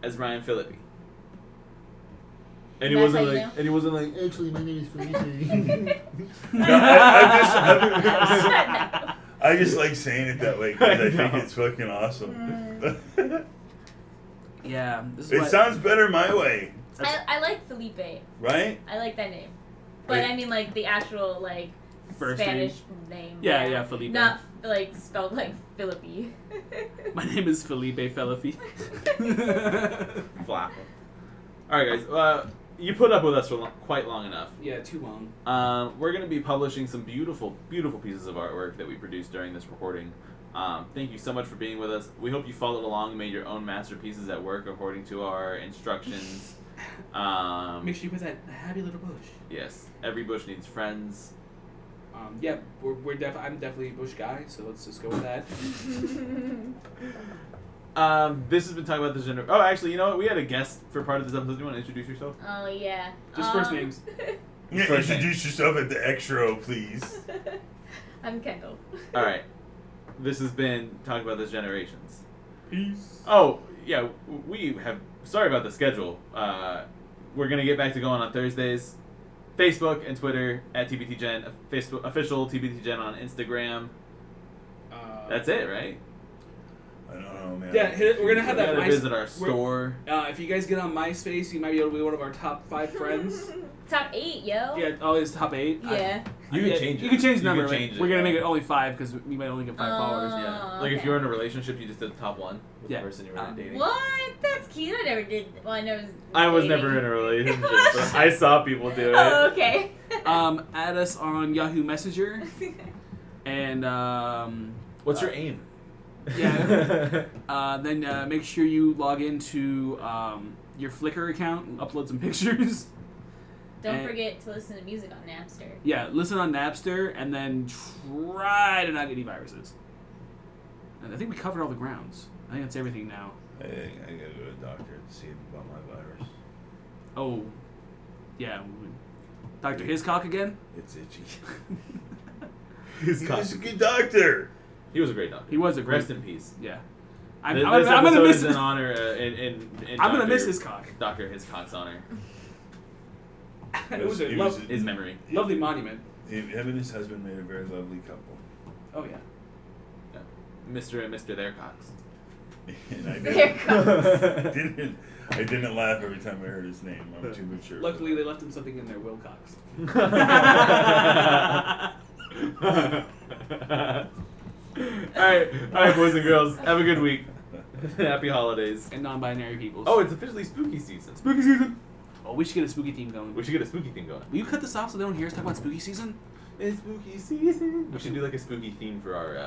S4: as Ryan Philippi. And he
S5: That's
S4: wasn't
S5: how you
S4: like, and he wasn't like, actually, my name is Felipe.
S2: No, I, I just, I,
S5: Shut up.
S2: I just like saying it that way because I,
S4: I
S2: think
S4: know.
S2: it's fucking awesome.
S3: Yeah, this is
S2: it
S3: what-
S2: sounds better my way,
S5: I, I like Felipe.
S2: right?
S5: I like that name. But
S2: Wait.
S5: I mean, like the actual like
S3: First
S5: Spanish name.
S3: Yeah, yeah, Felipe.
S5: Not like spelled like Philippi.
S3: My name is Felipe Felipe.
S4: Flap. All right, guys. Uh, you put up with us for lo- quite long enough.
S3: yeah, too long.
S4: Um, we're going to be publishing some beautiful, beautiful pieces of artwork that we produced during this recording. Um, thank you so much for being with us. We hope you followed along and made your own masterpieces at work according to our instructions. Um,
S3: Make sure you put that happy little bush.
S4: Yes, every bush needs friends.
S3: Um, yeah, we're, we're def- I'm definitely a bush guy, so let's just go with that.
S4: Um, this has been talking about the gender. Oh, actually, you know what? We had a guest for part of this episode. Do you want to introduce yourself?
S5: oh yeah.
S3: Just first
S5: Um,
S3: names.
S2: Yeah,
S4: First name.
S2: introduce yourself at the extra, please.
S5: I'm Kendall.
S4: All right. This has been talking about this generations.
S3: Peace.
S4: Oh yeah, we have. Sorry about the schedule. Uh, we're gonna get back to going on Thursdays. Facebook uh, and Twitter at TBTGen. Facebook official TBTGen on Instagram.
S3: Uh,
S4: That's it, right?
S2: I don't know, man.
S3: Yeah, hit- we're gonna have
S4: we
S3: that
S4: gotta
S3: My-
S4: visit our
S3: we're-
S4: store.
S3: Uh, if you guys get on MySpace, you might be able to be one of our top five friends.
S5: Top eight, yo.
S3: yeah, always top eight. I-
S5: Yeah.
S4: You can
S3: yeah,
S4: change it.
S3: You can change the number.
S4: You
S3: like,
S4: can change it.
S3: we're gonna make it only five because we might only get five followers.
S5: Oh,
S4: Yeah. Like if
S5: okay.
S4: you were in a relationship, you just did the top one with
S3: Yeah.
S4: the person you were
S3: Uh,
S4: dating.
S5: What? That's cute. I never did. Well, I never was.
S4: I was
S5: dating.
S4: never in a relationship. but I saw people do it.
S5: Oh, okay.
S3: Um, add us on Yahoo Messenger and um,
S4: What's your aim?
S3: Yeah. uh, then uh, make sure you log into um, your Flickr account and upload some pictures.
S5: Don't
S3: And-
S5: forget to listen to music on Napster.
S3: Yeah, listen on Napster and then try to not get any viruses. And I think we covered all the grounds. I think that's everything now.
S2: I, think I gotta go to the doctor and see about my virus.
S3: Oh, yeah. we- Dr. Hiscock again?
S2: It's itchy.
S4: He's
S2: He's
S4: cock.
S2: a good doctor.
S4: He was a great doctor.
S3: He was a great-
S4: Rest in peace.
S3: Yeah. I'm,
S4: Th-
S3: I'm,
S4: this
S3: I'm gonna
S4: episode
S3: miss
S4: is in honor. Uh, in, in, in
S3: I'm gonna
S4: Dr.
S3: miss Hiscock.
S4: Doctor Hiscock's honor.
S3: it was a
S2: It
S3: lov-
S2: was a-
S4: His memory.
S3: lovely monument.
S2: Him him and his husband made a very lovely couple.
S3: Oh, yeah.
S4: Mr. and Mr. Theircox.
S2: And I
S5: There
S2: didn't,
S5: comes.
S2: didn't, I didn't laugh every time I heard his name. I'm too mature.
S3: Luckily, they left him something in there, Wilcox.
S4: alright, alright, boys and girls. Have a good week. Happy holidays.
S3: And non binary people.
S4: Oh, it's officially spooky season.
S3: spooky season! Oh, we should get a spooky theme going.
S4: We should get a spooky thing going.
S3: Will you cut this off so they don't hear us talk about spooky season?
S4: It's spooky season. We should do like a spooky theme for our uh,